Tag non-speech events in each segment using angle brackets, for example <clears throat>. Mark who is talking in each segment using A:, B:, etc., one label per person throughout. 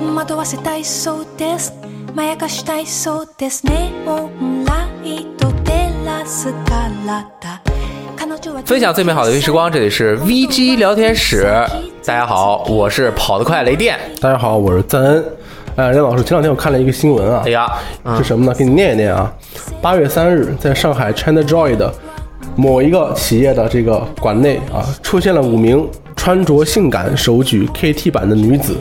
A: 惑わせ体操ですまやかし体操ですネオンライト照らす体彼女は
B: 分享最美好的游戏时光，这里是 VG 聊天室。大家好，我是跑得快雷电。
C: 大家好，我是赞恩。哎，任老师，前两天我看了一个新闻啊
B: 哎，呀，
C: 是什么呢？给你念一念啊。八月三日，在上海 ChinaJoy 的某一个企业的这个馆内啊，出现了五名穿着性感、手举 KT 版的女子，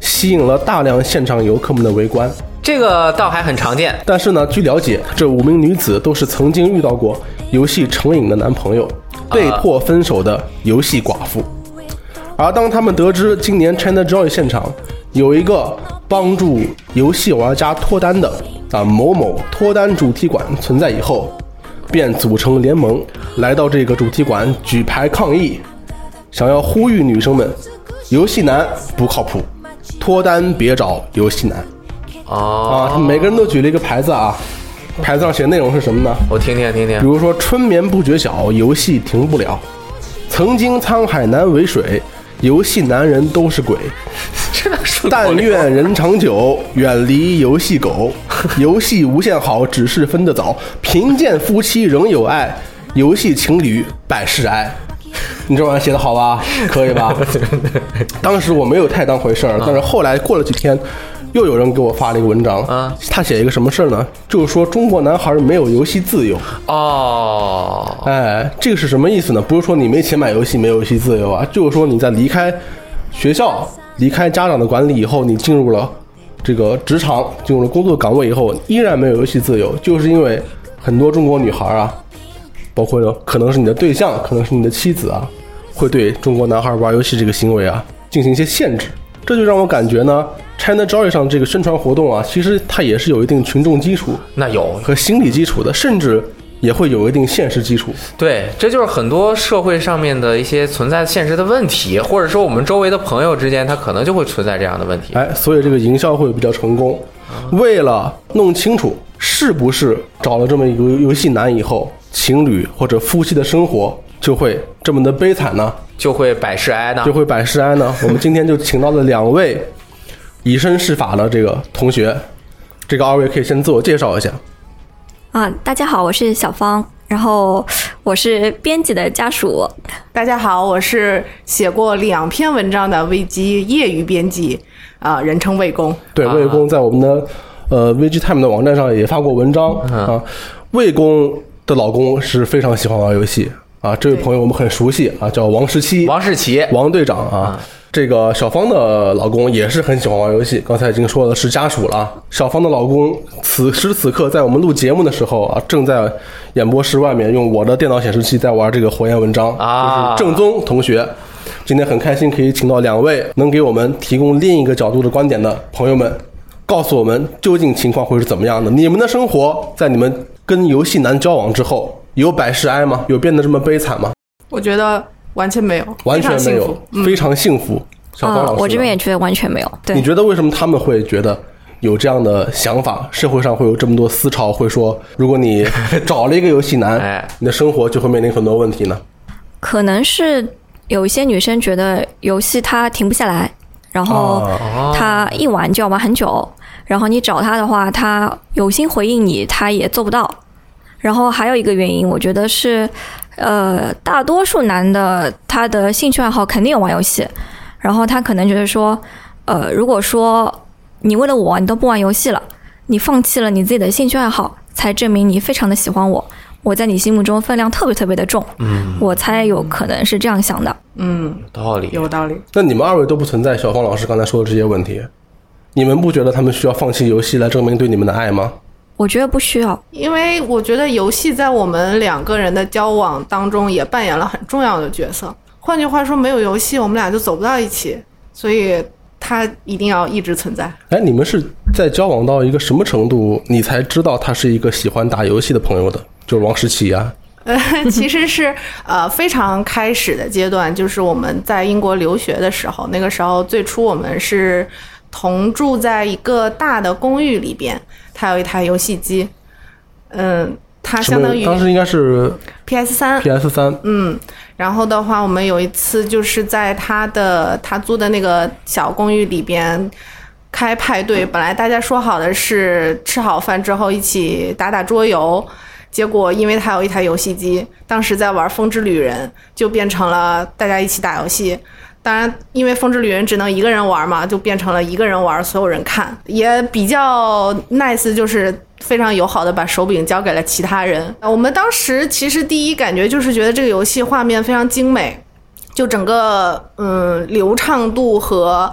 C: 吸引了大量现场游客们的围观。
B: 这个倒还很常见。
C: 但是呢，据了解，这五名女子都是曾经遇到过游戏成瘾的男朋友，被迫分手的游戏寡妇。而当他们得知今年 ChinaJoy 现场有一个帮助游戏玩家脱单的啊某某脱单主题馆存在以后，便组成联盟来到这个主题馆举牌抗议，想要呼吁女生们，游戏男不靠谱，脱单别找游戏男。
B: 哦，
C: 啊，他们每个人都举了一个牌子啊，牌子上写的内容是什么呢？
B: 我听听听
C: 比
B: 听。
C: 如说“春眠不觉晓，游戏停不了”，“曾经沧海难为水”，“游戏男人都是鬼”，
B: 这个顺口
C: 但
B: 溜
C: 愿人长久，远离游戏狗。游戏无限好，只是分得早。贫贱夫妻仍有爱，游戏情侣百事哀。 <laughs> 你这玩意儿写的好吧？可以吧？当时我没有太当回事儿，但是后来过了几天，又有人给我发了一个文章
B: 啊，
C: 他写一个什么事儿呢？就是说中国男孩没有游戏自由。
B: 哦，
C: 哎，这个是什么意思呢？不是说你没钱买游戏没有游戏自由啊，就是说你在离开学校、离开家长的管理以后，你进入了这个职场、进入了工作岗位以后，依然没有游戏自由，就是因为很多中国女孩啊，包括有可能是你的对象，可能是你的妻子啊，会对中国男孩玩游戏这个行为啊进行一些限制。这就让我感觉呢，China Joy 上这个宣传活动啊，其实它也是有一定群众基础
B: 那有
C: 和心理基础的，甚至也会有一定现实基础。
B: 对，这就是很多社会上面的一些存在现实的问题，或者说我们周围的朋友之间，他可能就会存在这样的问题。
C: 哎，所以这个营销会比较成功。为了弄清楚是不是找了这么一个游戏男以后，情侣或者夫妻的生活就会这么的悲惨呢？
B: 就会哎百事哀呢
C: 就。会百事哀呢？我们今天就请到了两位以身试法的这个同学，这个二位可以先自我介绍一下。
D: 啊，大家好，我是小芳，然后我是编辑的家属，
E: 大家好，我是写过两篇文章的危机业余编辑，啊、人称魏工。
C: 对，
B: 啊
C: 魏公在我们的呃 VGTime 的网站上也发过文章啊。魏公的老公是非常喜欢玩游戏啊，这位朋友我们很熟悉啊，叫王十七。
B: 王世奇，
C: 王队长啊，这个小芳的老公也是很喜欢玩游戏，刚才已经说了是家属了啊。小芳的老公此时此刻在我们录节目的时候啊，正在演播室外面用我的电脑显示器在玩这个火焰文章
B: 啊
C: 就是正宗同学。今天很开心可以请到两位能给我们提供另一个角度的观点的朋友们，告诉我们究竟情况会是怎么样的？你们的生活在你们跟游戏男交往之后，有百事哀吗？有变得这么悲惨吗？
E: 我觉得完全没有，
C: 完全没
E: 非常幸
C: 有
E: 福，嗯
C: 非常幸福。小芳
D: 啊
C: 老师呢，
D: 我这边也觉得完全没有。
C: 你
D: 对，
C: 觉得为什么他们会觉得有这样的想法？社会上会有这么多思潮，会说如果你找了一个游戏男
B: 哎，
C: 你的生活就会面临很多问题呢？
D: 可能是有一些女生觉得游戏它停不下来，然后
B: 哦
D: 她一玩就要玩很久，然后你找她的话，她有心回应你，她也做不到。然后还有一个原因，我觉得是，呃，大多数男的他的兴趣爱好肯定有玩游戏，然后他可能觉得说，呃，如果说你为了我你都不玩游戏了，你放弃了你自己的兴趣爱好，才证明你非常的喜欢我，我在你心目中分量特别特别的重，嗯，我猜有可能是这样想的。
E: 嗯，
B: 道理
E: 有道理。
C: 那你们二位都不存在小芳老师刚才说的这些问题，你们不觉得他们需要放弃游戏来证明对你们的爱吗？
D: 我觉得不需要，
E: 因为我觉得游戏在我们两个人的交往当中也扮演了很重要的角色。换句话说，没有游戏，我们俩就走不到一起，所以它一定要一直存在。
C: 哎，你们是在交往到一个什么程度，你才知道他是一个喜欢打游戏的朋友的？就是王十七啊，
E: 呃，其实是呃非常开始的阶段，就是我们在英国留学的时候，那个时候最初我们是同住在一个大的公寓里边，它有一台游戏机，嗯，它
C: 什
E: 相
C: 么
E: 当？于
C: 当时应该是
E: PS 三，
C: PS 三，
E: 嗯，然后的话，我们有一次就是在他的他租的那个小公寓里边。开派对，本来大家说好的是吃好饭之后一起打打桌游，结果因为他有一台游戏机，当时在玩《风之旅人》，就变成了大家一起打游戏。当然，因为《风之旅人》只能一个人玩嘛，就变成了一个人玩，所有人看也比较 nice，就是非常友好的把手柄交给了其他人。我们当时其实第一感觉就是觉得这个游戏画面非常精美，就整个嗯流畅度和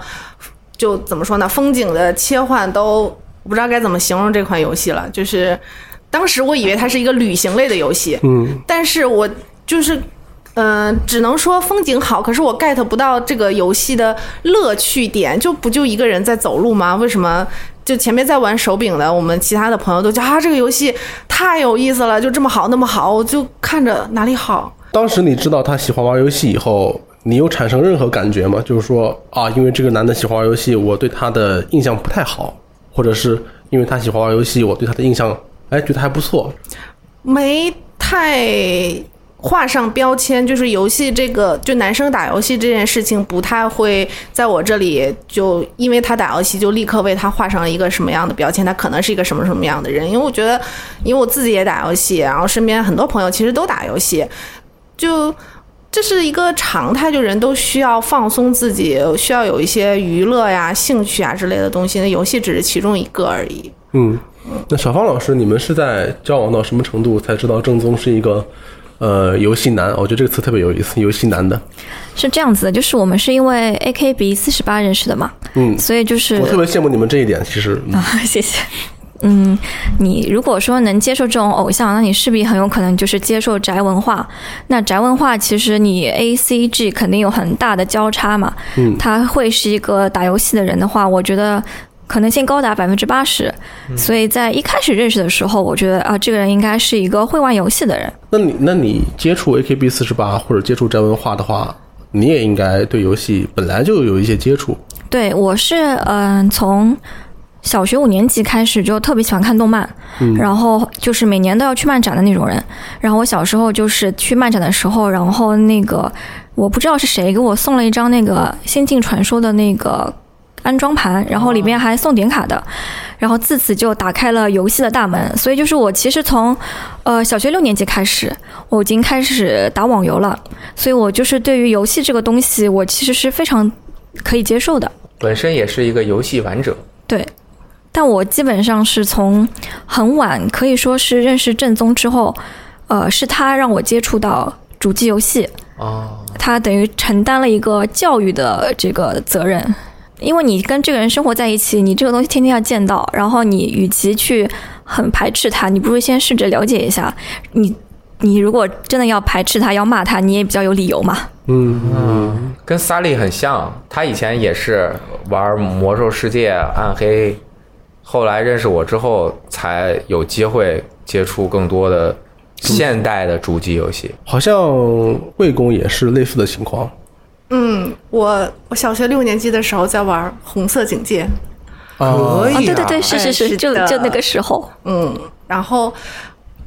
E: 就怎么说呢，风景的切换都我不知道该怎么形容这款游戏了。就是当时我以为它是一个旅行类的游戏，
C: 嗯，
E: 但是我就是。嗯、只能说风景好，可是我 get 不到这个游戏的乐趣点，就不就一个人在走路吗？为什么就前面在玩手柄的，我们其他的朋友都讲啊，这个游戏太有意思了，就这么好那么好，我就看着哪里好，
C: 当时你知道他喜欢玩游戏以后，你有产生任何感觉吗？就是说啊，因为这个男的喜欢玩游戏，我对他的印象不太好，或者是因为他喜欢玩游戏，我对他的印象哎觉得还不错。
E: 没太画上标签，就是游戏这个，就男生打游戏这件事情不太会在我这里就因为他打游戏就立刻为他画上了一个什么样的标签，他可能是一个什么什么样的人。因为我觉得，因为我自己也打游戏，然后身边很多朋友其实都打游戏，就。这是一个常态，就人都需要放松自己，需要有一些娱乐呀、兴趣啊之类的东西。那游戏只是其中一个而已。
C: 嗯，那小芳老师，你们是在交往到什么程度才知道正宗是一个呃游戏男？我觉得这个词特别有意思，游戏男的。
D: 是这样子的，就是我们是因为 AKB 四十八认识的嘛，
C: 嗯，
D: 所以就是
C: 我特别羡慕你们这一点，其实。嗯
D: 啊，谢谢。嗯，你如果说能接受这种偶像，那你势必很有可能就是接受宅文化。那宅文化其实你 A C G 肯定有很大的交叉嘛。
C: 嗯
D: 他会是一个打游戏的人的话，我觉得可能性高达百分之八十。
C: 嗯
D: 所以在一开始认识的时候，我觉得啊，这个人应该是一个会玩游戏的人。
C: 那你那你接触 AKB 四十八或者接触宅文化的话，你也应该对游戏本来就有一些接触。
D: 对，我是嗯、从小学五年级开始就特别喜欢看动漫，然后就是每年都要去漫展的那种人。然后我小时候就是去漫展的时候，然后那个我不知道是谁给我送了一张那个《仙境传说》的那个安装盘，然后里面还送点卡的。然后自此就打开了游戏的大门，所以就是我其实从，呃，小学六年级开始，我已经开始打网游了，所以我就是对于游戏这个东西，我其实是非常可以接受的。
B: 本身也是一个游戏玩者，
D: 对，但我基本上是从很晚，可以说是认识正宗之后，呃，是他让我接触到主机游戏，
B: 哦，
D: 他等于承担了一个教育的这个责任。因为你跟这个人生活在一起，你这个东西天天要见到，然后你与其去很排斥他，你不如先试着了解一下。你你如果真的要排斥他，要骂他，你也比较有理由嘛。
C: 嗯，
B: 跟萨利很像，他以前也是玩魔兽世界、暗黑，后来认识我之后才有机会接触更多的现代的主机游戏。
C: 好像魏公也是类似的情况。
E: 嗯，我我小学六年级的时候在玩《红色警戒》，
C: 啊，
B: 可以
D: 啊，对对对，是是
E: 哎
D: 是，
E: 是
D: 就
E: 的
D: 就那个时候，
E: 嗯，然后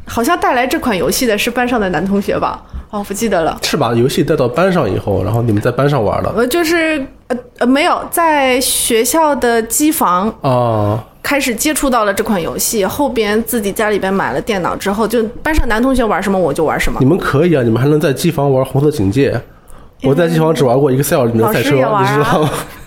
E: 好像带来这款游戏的是班上的男同学吧？哦，不记得了。
C: 是把游戏带到班上以后，然后你们在班上玩了
E: 呃，就是呃呃，没有在学校的机房
C: 啊？
E: 开始接触到了这款游戏，后边自己家里边买了电脑之后，就班上男同学玩什么我就玩什么
C: 你。们可以啊，你们还能在机房玩《红色警戒》。我在机房只玩过 Excel 里面的赛车，
E: 老师也玩
C: 你
E: 啊
C: 知道吗？
E: <laughs>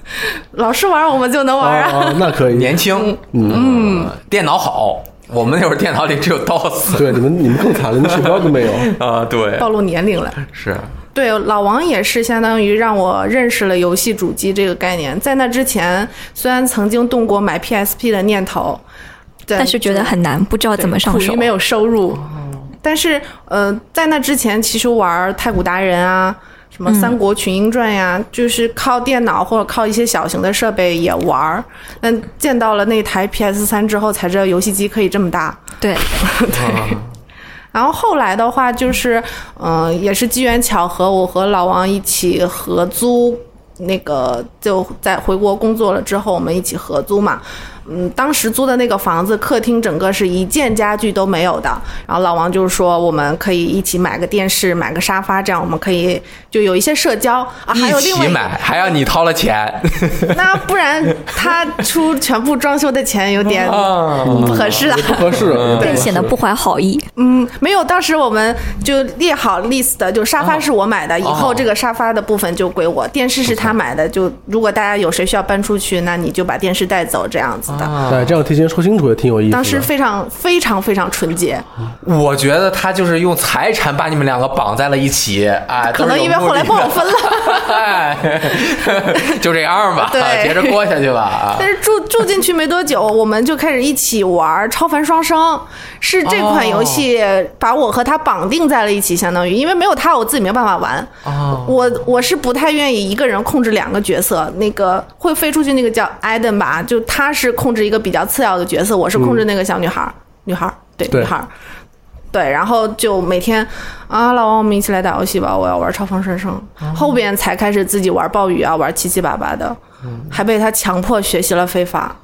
E: 老师玩我们就能
C: 啊
E: 玩啊。
C: 啊，那可以。
B: 年轻，嗯，电脑好，我们那会儿电脑里只有 DOS
C: 对你们，你们更惨了，你们鼠标都没
E: <laughs>
C: 有。
B: 啊，对，
E: <laughs> 暴露年龄了，
B: 是
E: 对，老王也是相当于让我认识了游戏主机这个概念。在那之前，虽然曾经动过买 PSP 的念头，对
D: 但是觉得很难，不知道怎么上
E: 苦
D: 手
E: 于。没有收入。但是，呃，在那之前，其实玩太古达人啊，
D: 嗯
E: 什么三国群英传呀、就是靠电脑或者靠一些小型的设备也玩儿。但见到了那台 PS 三之后，才知道游戏机可以这么大。
D: 对，
E: 然后后来的话，就是，嗯、也是机缘巧合，我和老王一起合租，那个就在回国工作了之后，我们一起合租嘛。嗯，当时租的那个房子，客厅整个是一件家具都没有的。然后老王就是说，我们可以一起买个电视，买个沙发，这样我们可以就有一些社交啊。还
B: 一
E: 有另外
B: 起
E: 一个
B: 买，还要你掏了钱
E: 那不然他出全部装修的钱有
B: <laughs>
E: 点
B: 啊！
E: 不合适啊。
C: 不合适。
D: 更
C: 对
D: 显得不怀好意。
E: 嗯，没有，当时我们就列好 list，就沙发是我买的，以后这个沙发的部分就归我，电视是他买的，就如果大家有谁需要搬出去，那你就把电视带走这样子的。
C: 对，哎这样提前说清楚也挺有意思的。
E: 当时非常非常非常纯洁，
B: 我觉得他就是用财产把你们两个绑在了一起，哎，
E: 可能因为后来帮我分了。
B: 了， <laughs> 就这样吧，
E: <laughs> 对
B: 接着过下去吧啊
E: 但！是住住进去没多久，我们就开始一起玩《超凡双生》，是这款游戏把我和他绑定在了一起，相当于因为没有他，我自己没有办法玩。
B: 哦，
E: 我我是不太愿意一个人控制两个角色，那个会飞出去那个叫艾登吧，就他是控制一个比较次要的角色，我是控制那个小女孩儿，女孩儿，对，
C: 对
E: 女孩儿，对，然后就每天啊，老王，我们一起来打游戏吧，我要玩超凡双生，后边才开始自己玩暴雨啊，玩七七八八的，还被他强迫学习了非法，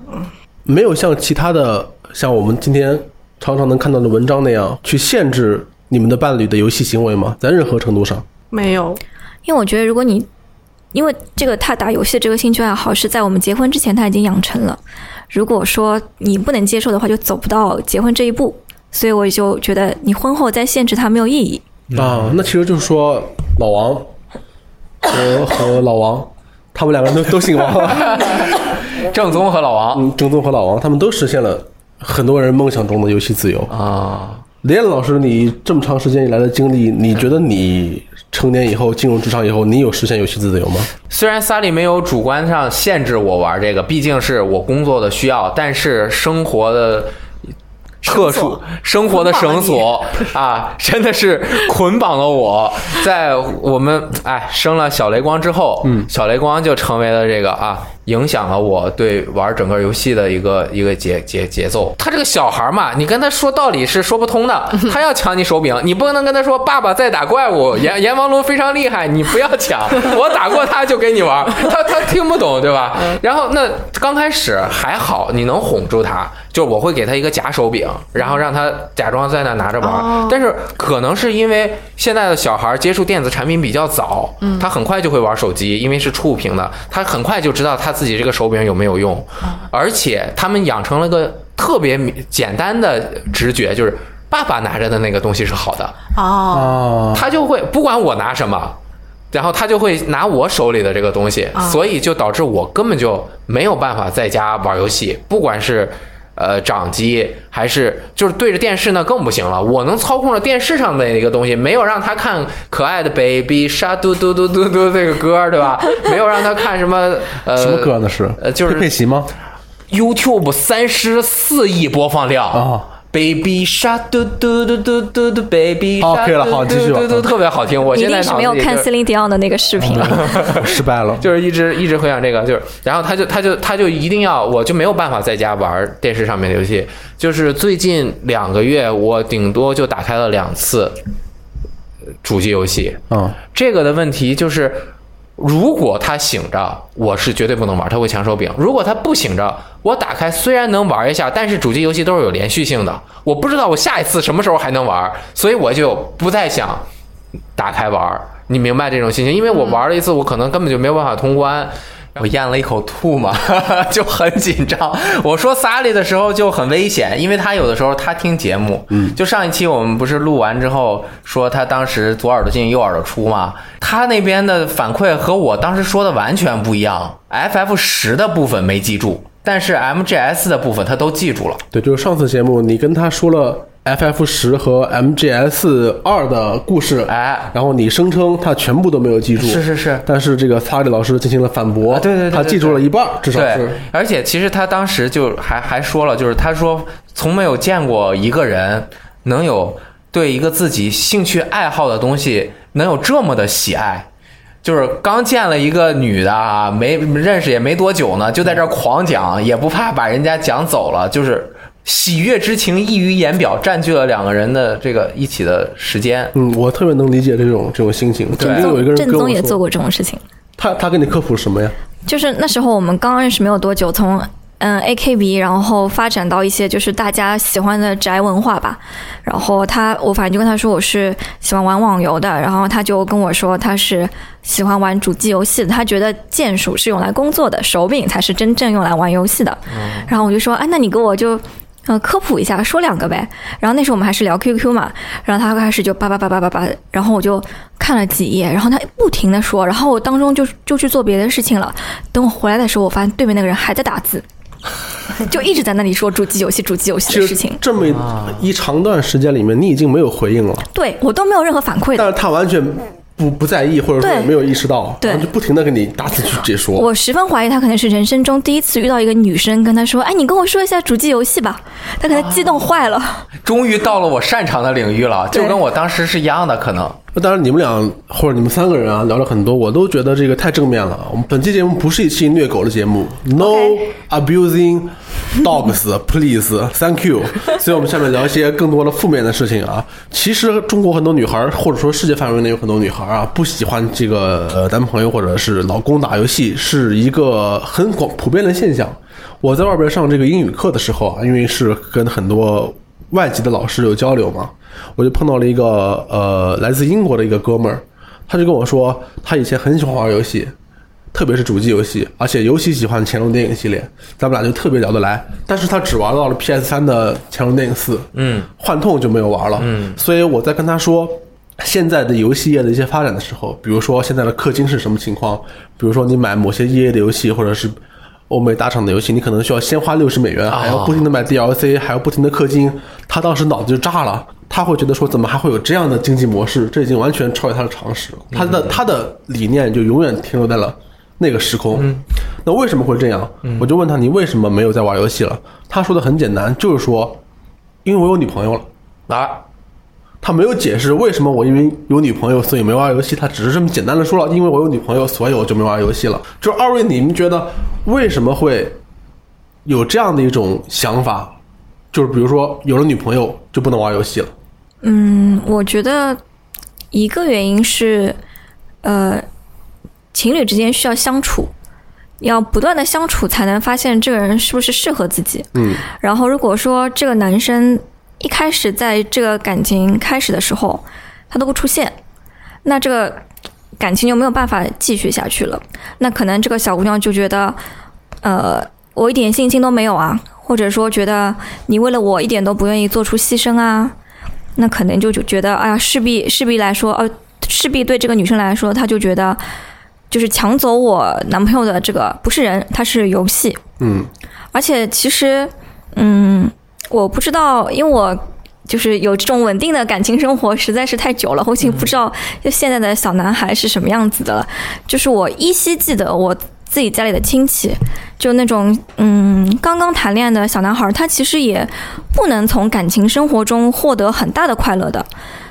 C: 没有像其他的像我们今天常常能看到的文章那样去限制你们的伴侣的游戏行为吗？在任何程度上，
E: 没有，
D: 因为我觉得，如果你因为这个他打游戏的这个兴趣爱好是在我们结婚之前他已经养成了，如果说你不能接受的话，就走不到结婚这一步。所以我就觉得你婚后再限制他没有意义。
C: 啊，那其实就是说老王和和老王， <clears throat> 他们两个人都都姓王，
B: 正宗和老王
C: <laughs> 嗯，正宗和老王，他们都实现了很多人梦想中的游戏自由。
E: 嗯
B: 啊，
C: 雷燕老师，你这么长时间以来的经历，你觉得你成年以后进入职场以后，你有实现游戏自由吗？
B: 虽然萨利没有主观上限制我玩这个，毕竟是我工作的需要，但是生活的特殊
E: 绳索，
B: 生活的绳索啊，真的是捆绑了我。在我们哎生了小雷光之后，嗯，小雷光就成为了这个啊，影响了我对玩整个游戏的一个一个节节节奏。他这个小孩嘛，你跟他说道理是说不通的，他要抢你手柄，你不能跟他说爸爸在打怪物，阎阎王龙非常厉害，你不要抢，我打过他就给你玩，他他听不懂对吧？然后那刚开始还好，你能哄住他，就我会给他一个假手柄，然后让他假装在那拿着玩。
E: 哦
B: 但是可能是因为现在的小孩接触电子产品比较早，他很快就会玩手机，因为是触屏的，他很快就知道他自己这个手柄有没有用，而且他们养成了个特别简单的直觉，就是爸爸拿着的那个东西是好的，
E: 哦，
C: 啊，
B: 他就会不管我拿什么，然后他就会拿我手里的这个东西，所以就导致我根本就没有办法在家玩游戏，不管是。呃，掌机还是就是对着电视那更不行了。我能操控着电视上的一个东西，没有让他看可爱的 baby 沙嘟嘟嘟嘟嘟这个歌，对吧？没有让他看什么呃
C: 什么歌啊那是？
B: 呃就是
C: 佩奇吗？
B: YouTube 三十四亿播放量
C: 啊
B: ！Baby Shark 嘟嘟嘟嘟嘟嘟，Baby
C: 哦
B: Shark
C: 可以了好继续吧
B: 嘟嘟嘟特别好听。我
D: 你一
B: 现在
D: 定是没有
B: 脑子里
D: 看
B: 就是
D: Celine Dion 的那个视频了。
C: 我失败了。
B: 就是一直一直回想这个，就是，然后他就他就他就一定要，我就没有办法在家玩电视上面的游戏。就是最近两个月，我顶多就打开了两次呃主机游戏。
C: 嗯，
B: 这个的问题就是，如果他醒着，我是绝对不能玩，他会抢手柄；如果他不醒着，我打开虽然能玩一下，但是主机游戏都是有连续性的，我不知道我下一次什么时候还能玩，所以我就不再想打开玩。你明白这种心情？因为我玩了一次，我可能根本就没有办法通关。我咽了一口吐嘛， <laughs> 就很紧张。我说萨利的时候就很危险，因为他有的时候他听节目，嗯，就上一期我们不是录完之后说他当时左耳朵进右耳朵出嘛，他那边的反馈和我当时说的完全不一样。FF 十的部分没记住，但是 MGS 的部分他都记住了。
C: 对，就是上次节目你跟他说了 FF 十和 MGS 二的故事，
B: 哎，
C: 然后你声称他全部都没有记住，
B: 是是是
C: 但是这个萨利老师进行了反驳，
B: 啊对对对对
C: 他记住了一半儿，至少
B: 对
C: 是，
B: 而且其实他当时就还还说了，就是他说从没有见过一个人能有对一个自己兴趣爱好的东西能有这么的喜爱。就是刚见了一个女的啊，没认识也没多久呢，就在这儿狂讲，也不怕把人家讲走了，就是喜悦之情溢于言表，占据了两个人的这个一起的时间。
C: 嗯，我特别能理解这种这种心情。曾经有一个人
D: 正
C: 跟 <laughs> 我
D: 宗也
C: 说
D: 做过这种事情。
C: 他他给你科普什么呀？
D: 就是那时候我们刚认识没有多久，从嗯 A K B，然后发展到一些就是大家喜欢的宅文化吧。然后他，我反正就跟他说我是喜欢玩网游的，然后他就跟我说他是喜欢玩主机游戏的，他觉得键鼠是用来工作的，手柄才是真正用来玩游戏的。然后我就说，哎，那你给我就。呃，科普一下，说两个呗。然后那时候我们还是聊 QQ 嘛，然后他开始就叭叭叭叭叭叭，然后我就看了几页，然后他不停的说，然后我当中就就去做别的事情了。等我回来的时候，我发现对面那个人还在打字，就一直在那里说主机游戏、主机游
C: <laughs>
D: 戏
C: 就
D: 的事情。
C: 这么一一长段时间里面，你已经没有回应了，
D: 对我都没有任何反馈
C: 但
D: 的，
C: 是他完全不不在意，或者说
D: 对
C: 没有意识到，
D: 对
C: 然后就不停的给你大肆去解说。
D: 我十分怀疑他可能是人生中第一次遇到一个女生跟他说：“哎，你跟我说一下主机游戏吧。”他可能激动坏了。
B: 终于到了我擅长的领域了，就
D: 对
B: 跟我当时是一样的，可能
C: 那当然，你们俩或者你们三个人啊，聊了很多，我都觉得这个太正面了。我们本期节目不是一期虐狗的节目，No abusing dogs, please, thank you。所以，我 <laughs> 们下面聊一些更多的负面的事情啊。其实，中国很多女孩，或者说世界范围内有很多女孩啊，不喜欢这个呃男朋友或者是老公打游戏，是一个很广普遍的现象。我在外边上这个英语课的时候啊，因为是跟很多外籍的老师有交流嘛，我就碰到了一个呃来自英国的一个哥们儿，他就跟我说，他以前很喜欢玩游戏，特别是主机游戏，而且尤其喜欢乾隆电影系列，咱们俩就特别聊得来。但是他只玩到了 PS 三的乾隆电影四，嗯，幻痛就没有玩了，嗯，所以我在跟他说。现在的游戏业的一些发展的时候，比如说现在的氪金是什么情况，比如说你买某些 EA 的游戏，或者是欧美大厂的游戏，你可能需要先花六十美元，还要不停的买 DLC，还要不停的氪金。他当时脑子就炸了，他会觉得说，怎么还会有这样的经济模式？这已经完全超越他的常识了。他的他的理念就永远停留在了那个时空。那为什么会这样？我就问他，你为什么没有在玩游戏了？他说的很简单，就是说，因为我有女朋友了。
B: 啊，
C: 他没有解释为什么我因为有女朋友所以没玩游戏，他只是这么简单的说了，因为我有女朋友，所以我就没玩游戏了。就是二位，你们觉得为什么会有这样的一种想法？就是比如说有了女朋友就不能玩游戏了，
D: 我觉得一个原因是，呃，情侣之间需要相处，要不断的相处才能发现这个人是不是适合自己。
C: 嗯，
D: 然后如果说这个男生一开始在这个感情开始的时候他都不出现，那这个感情就没有办法继续下去了。那可能这个小姑娘就觉得，呃，我一点信心都没有啊，或者说觉得你为了我一点都不愿意做出牺牲啊，那可能就就觉得，哎呀，势必势必来说，呃，势必对这个女生来说，她就觉得就是抢走我男朋友的这个不是人，他是游戏。
C: 嗯，
D: 而且其实，嗯，我不知道，因为我。就是有这种稳定的感情生活实在是太久了，我已经不知道就现在的小男孩是什么样子的了。就是我依稀记得我自己家里的亲戚，就那种嗯刚刚谈恋爱的小男孩，他其实也不能从感情生活中获得很大的快乐的。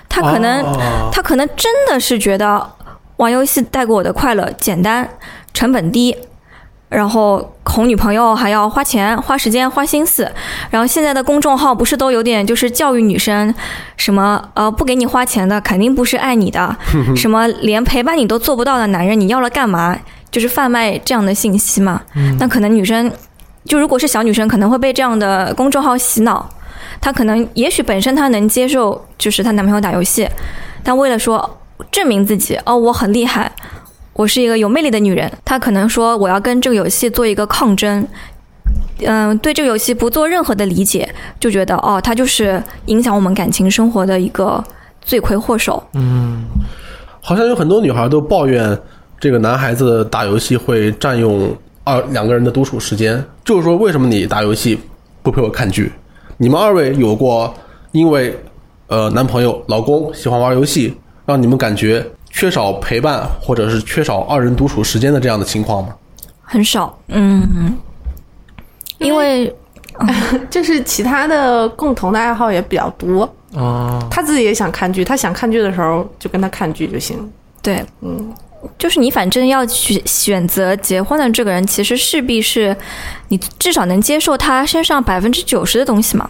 D: 他可能、
C: 哦
D: 他可能真的是觉得玩游戏带给我的快乐简单、成本低，然后哄女朋友还要花钱、花时间、花心思。然后现在的公众号不是都有点就是教育女生，什么呃不给你花钱的肯定不是爱你的，什么连陪伴你都做不到的男人你要了干嘛？就是贩卖这样的信息嘛。那可能女生就如果是小女生，可能会被这样的公众号洗脑。她可能也许本身她能接受，就是她男朋友打游戏，但为了说证明自己，哦，我很厉害，我是一个有魅力的女人，她可能说我要跟这个游戏做一个抗争。嗯，对这个游戏不做任何的理解，就觉得哦，它就是影响我们感情生活的一个罪魁祸首。
C: 好像有很多女孩都抱怨这个男孩子打游戏会占用二两个人的独处时间，就是说为什么你打游戏不陪我看剧？你们二位有过因为呃男朋友、老公喜欢玩游戏，让你们感觉缺少陪伴或者是缺少二人独处时间的这样的情况吗？ <laughs>
D: 很少，嗯，因为
E: 就是其他的共同的爱好也比较多。
B: 哦，
E: 他自己也想看剧，他想看剧的时候就跟他看剧就行。
D: 对，嗯，就是你反正要去选择结婚的这个人，其实势必是你至少能接受他身上百分之九十的东西嘛，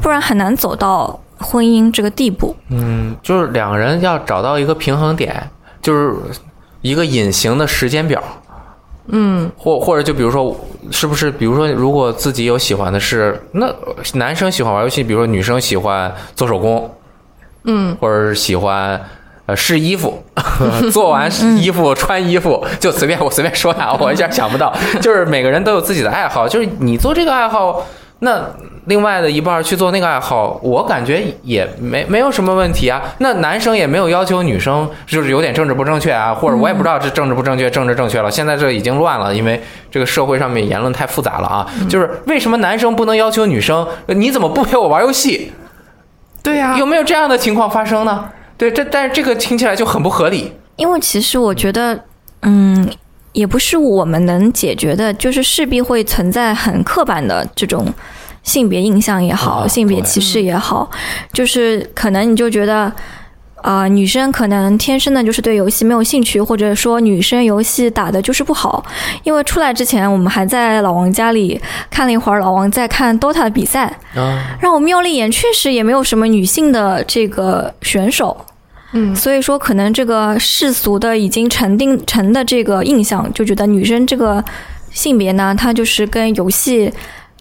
D: 不然很难走到婚姻这个地步。
B: 嗯，就是两个人要找到一个平衡点，就是一个隐形的时间表，嗯，或或者就比如说，是不是比如说，如果自己有喜欢的事，那男生喜欢玩游戏，比如说女生喜欢做手工，嗯，或者是喜欢。呃，试衣服，做完衣服、穿衣服，就随便我随便说呀，我一下想不到，就是每个人都有自己的爱好，就是你做这个爱好，那另外的一半儿去做那个爱好，我感觉也没没有什么问题啊。那男生也没有要求女生，就是有点政治不正确啊，或者我也不知道这政治不正确，政治正确了，现在这已经乱了，因为这个社会上面言论太复杂了啊。就是为什么男生不能要求女生，呃你怎么不陪我玩游戏？
E: 对呀、
B: 有没有这样的情况发生呢？对，这但是这个听起来就很不合理。
D: 因为其实我觉得，嗯，也不是我们能解决的，就是势必会存在很刻板的这种性别印象也好，
B: 啊
D: 性别歧视也好，就是可能你就觉得。啊、女生可能天生的就是对游戏没有兴趣，或者说女生游戏打的就是不好。因为出来之前，我们还在老王家里看了一会儿老王在看 DOTA 的比赛，
B: 啊，
D: 让我瞄了一眼，确实也没有什么女性的这个选手。
E: 嗯
D: 所以说可能这个世俗的已经沉定成的这个印象，就觉得女生这个性别呢，它就是跟游戏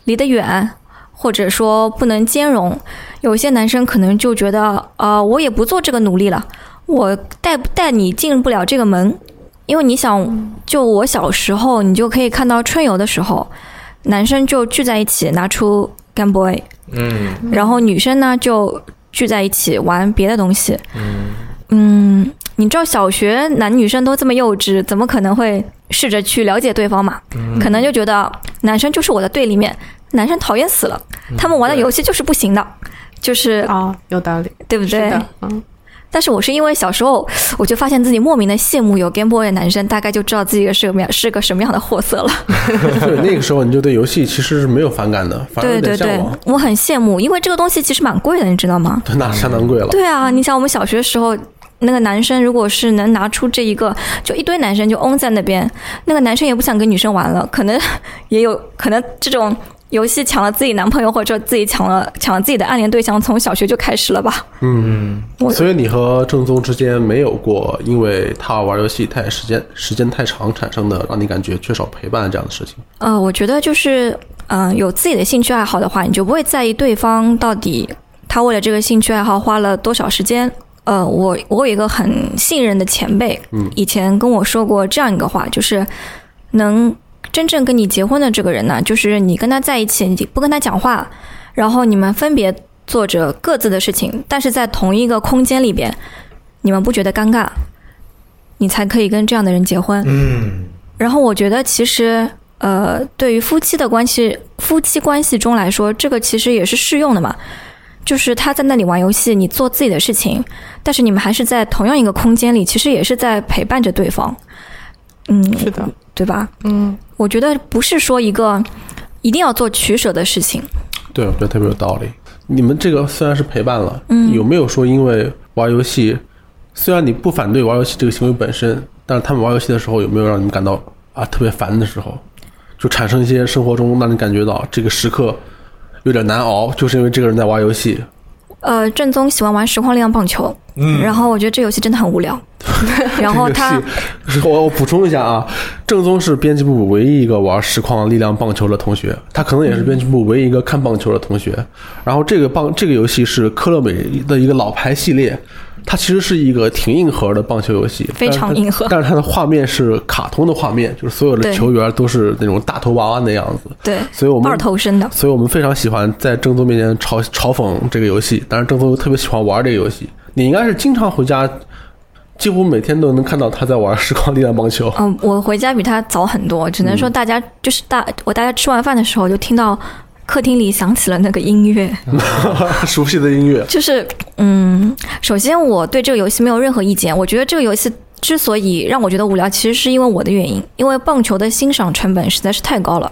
D: 离得远，或者说不能兼容。有些男生可能就觉得，呃，我也不做这个努力了，我带带你进不了这个门，因为你想，就我小时候，你就可以看到春游的时候，男生就聚在一起拿出 Game Boy，
B: 嗯，
D: 然后女生呢就聚在一起玩别的东西。嗯你知道小学男女生都这么幼稚，怎么可能会试着去了解对方嘛？
C: 嗯
D: 可能就觉得男生就是我的对立面，男生讨厌死了，
C: 嗯
D: 他们玩的游戏就是不行的，就是、
C: 啊
E: 哦，有道理，
D: 对不
E: 是
D: 对？
E: 的，嗯，
D: 但是我是因为小时候，我就发现自己莫名的羡慕有 Game Boy 的男生，大概就知道自己是个什么样是个什么样的货色了。
C: 所以那个时候你就对游戏其实是没有反感的，反而有点
D: 对对
C: 向
D: 对
C: 往。， <laughs>
D: 我很羡慕，因为这个东西其实蛮贵的，你知道吗？
C: 对那相当贵了。
D: 对啊，你想我们小学时候。那个男生如果是能拿出这一个，就一堆男生就 on 在那边，那个男生也不想跟女生玩了，可能也有可能这种游戏抢了自己男朋友，或者自己抢了抢了自己的暗恋对象，从小学就开始了吧？我
C: 所以你和正宗之间没有过因为他玩游戏太时间时间太长产生的让你感觉缺少陪伴这样的事情。
D: 呃，我觉得就是，嗯、有自己的兴趣爱好的话，你就不会在意对方到底他为了这个兴趣爱好花了多少时间。呃，我我有一个很信任的前辈，以前跟我说过这样一个话，就是能真正跟你结婚的这个人呢，就是你跟他在一起，你不跟他讲话，然后你们分别做着各自的事情，但是在同一个空间里边，你们不觉得尴尬，你才可以跟这样的人结婚。
B: 嗯，
D: 然后我觉得其实呃，对于夫妻的关系，夫妻关系中来说，这个其实也是适用的嘛。就是他在那里玩游戏，你做自己的事情，但是你们还是在同样一个空间里，其实也是在陪伴着对方，嗯，
E: 是的，
D: 对吧？
E: 嗯，
D: 我觉得不是说一个一定要做取舍的事情，
C: 对，我觉得特别有道理。你们这个虽然是陪伴了，嗯，有没有说因为玩游戏，虽然你不反对玩游戏这个行为本身，但是他们玩游戏的时候有没有让你们感到啊特别烦的时候，就产生一些生活中让你感觉到这个时刻有点难熬，就是因为这个人在玩游戏。
D: 呃，正宗喜欢玩实况力量棒球，嗯，然后我觉得这游戏真的很
C: <laughs>
D: 无聊，然后哦他
C: 这个戏， <laughs> 我我补充一下啊，正宗是编辑部唯一一个玩实况力量棒球的同学，他可能也是编辑部唯一一个看棒球的同学。然后这个棒这个游戏是科乐美的一个老牌系列，它其实是一个挺硬核的棒球游戏，
D: 非常
C: 但是它
D: 硬核
C: 但是它的画面是卡通的画面，就是所有的
D: 对
C: 球员都是那种大头娃娃那样子。
D: 对
C: 所以我们
D: 二头身的，
C: 所以我们非常喜欢在正宗面前嘲嘲讽这个游戏，但是正宗又特别喜欢玩这个游戏。你应该是经常回家，几乎每天都能看到他在玩实况力量棒球。
D: 嗯，我回家比他早很多，只能说大家、就是大我大家吃完饭的时候就听到客厅里响起了那个音乐，
C: <laughs> 熟悉的音乐，
D: 就是嗯，首先我对这个游戏没有任何意见，我觉得这个游戏之所以让我觉得无聊，其实是因为我的原因，因为棒球的欣赏成本实在是太高了，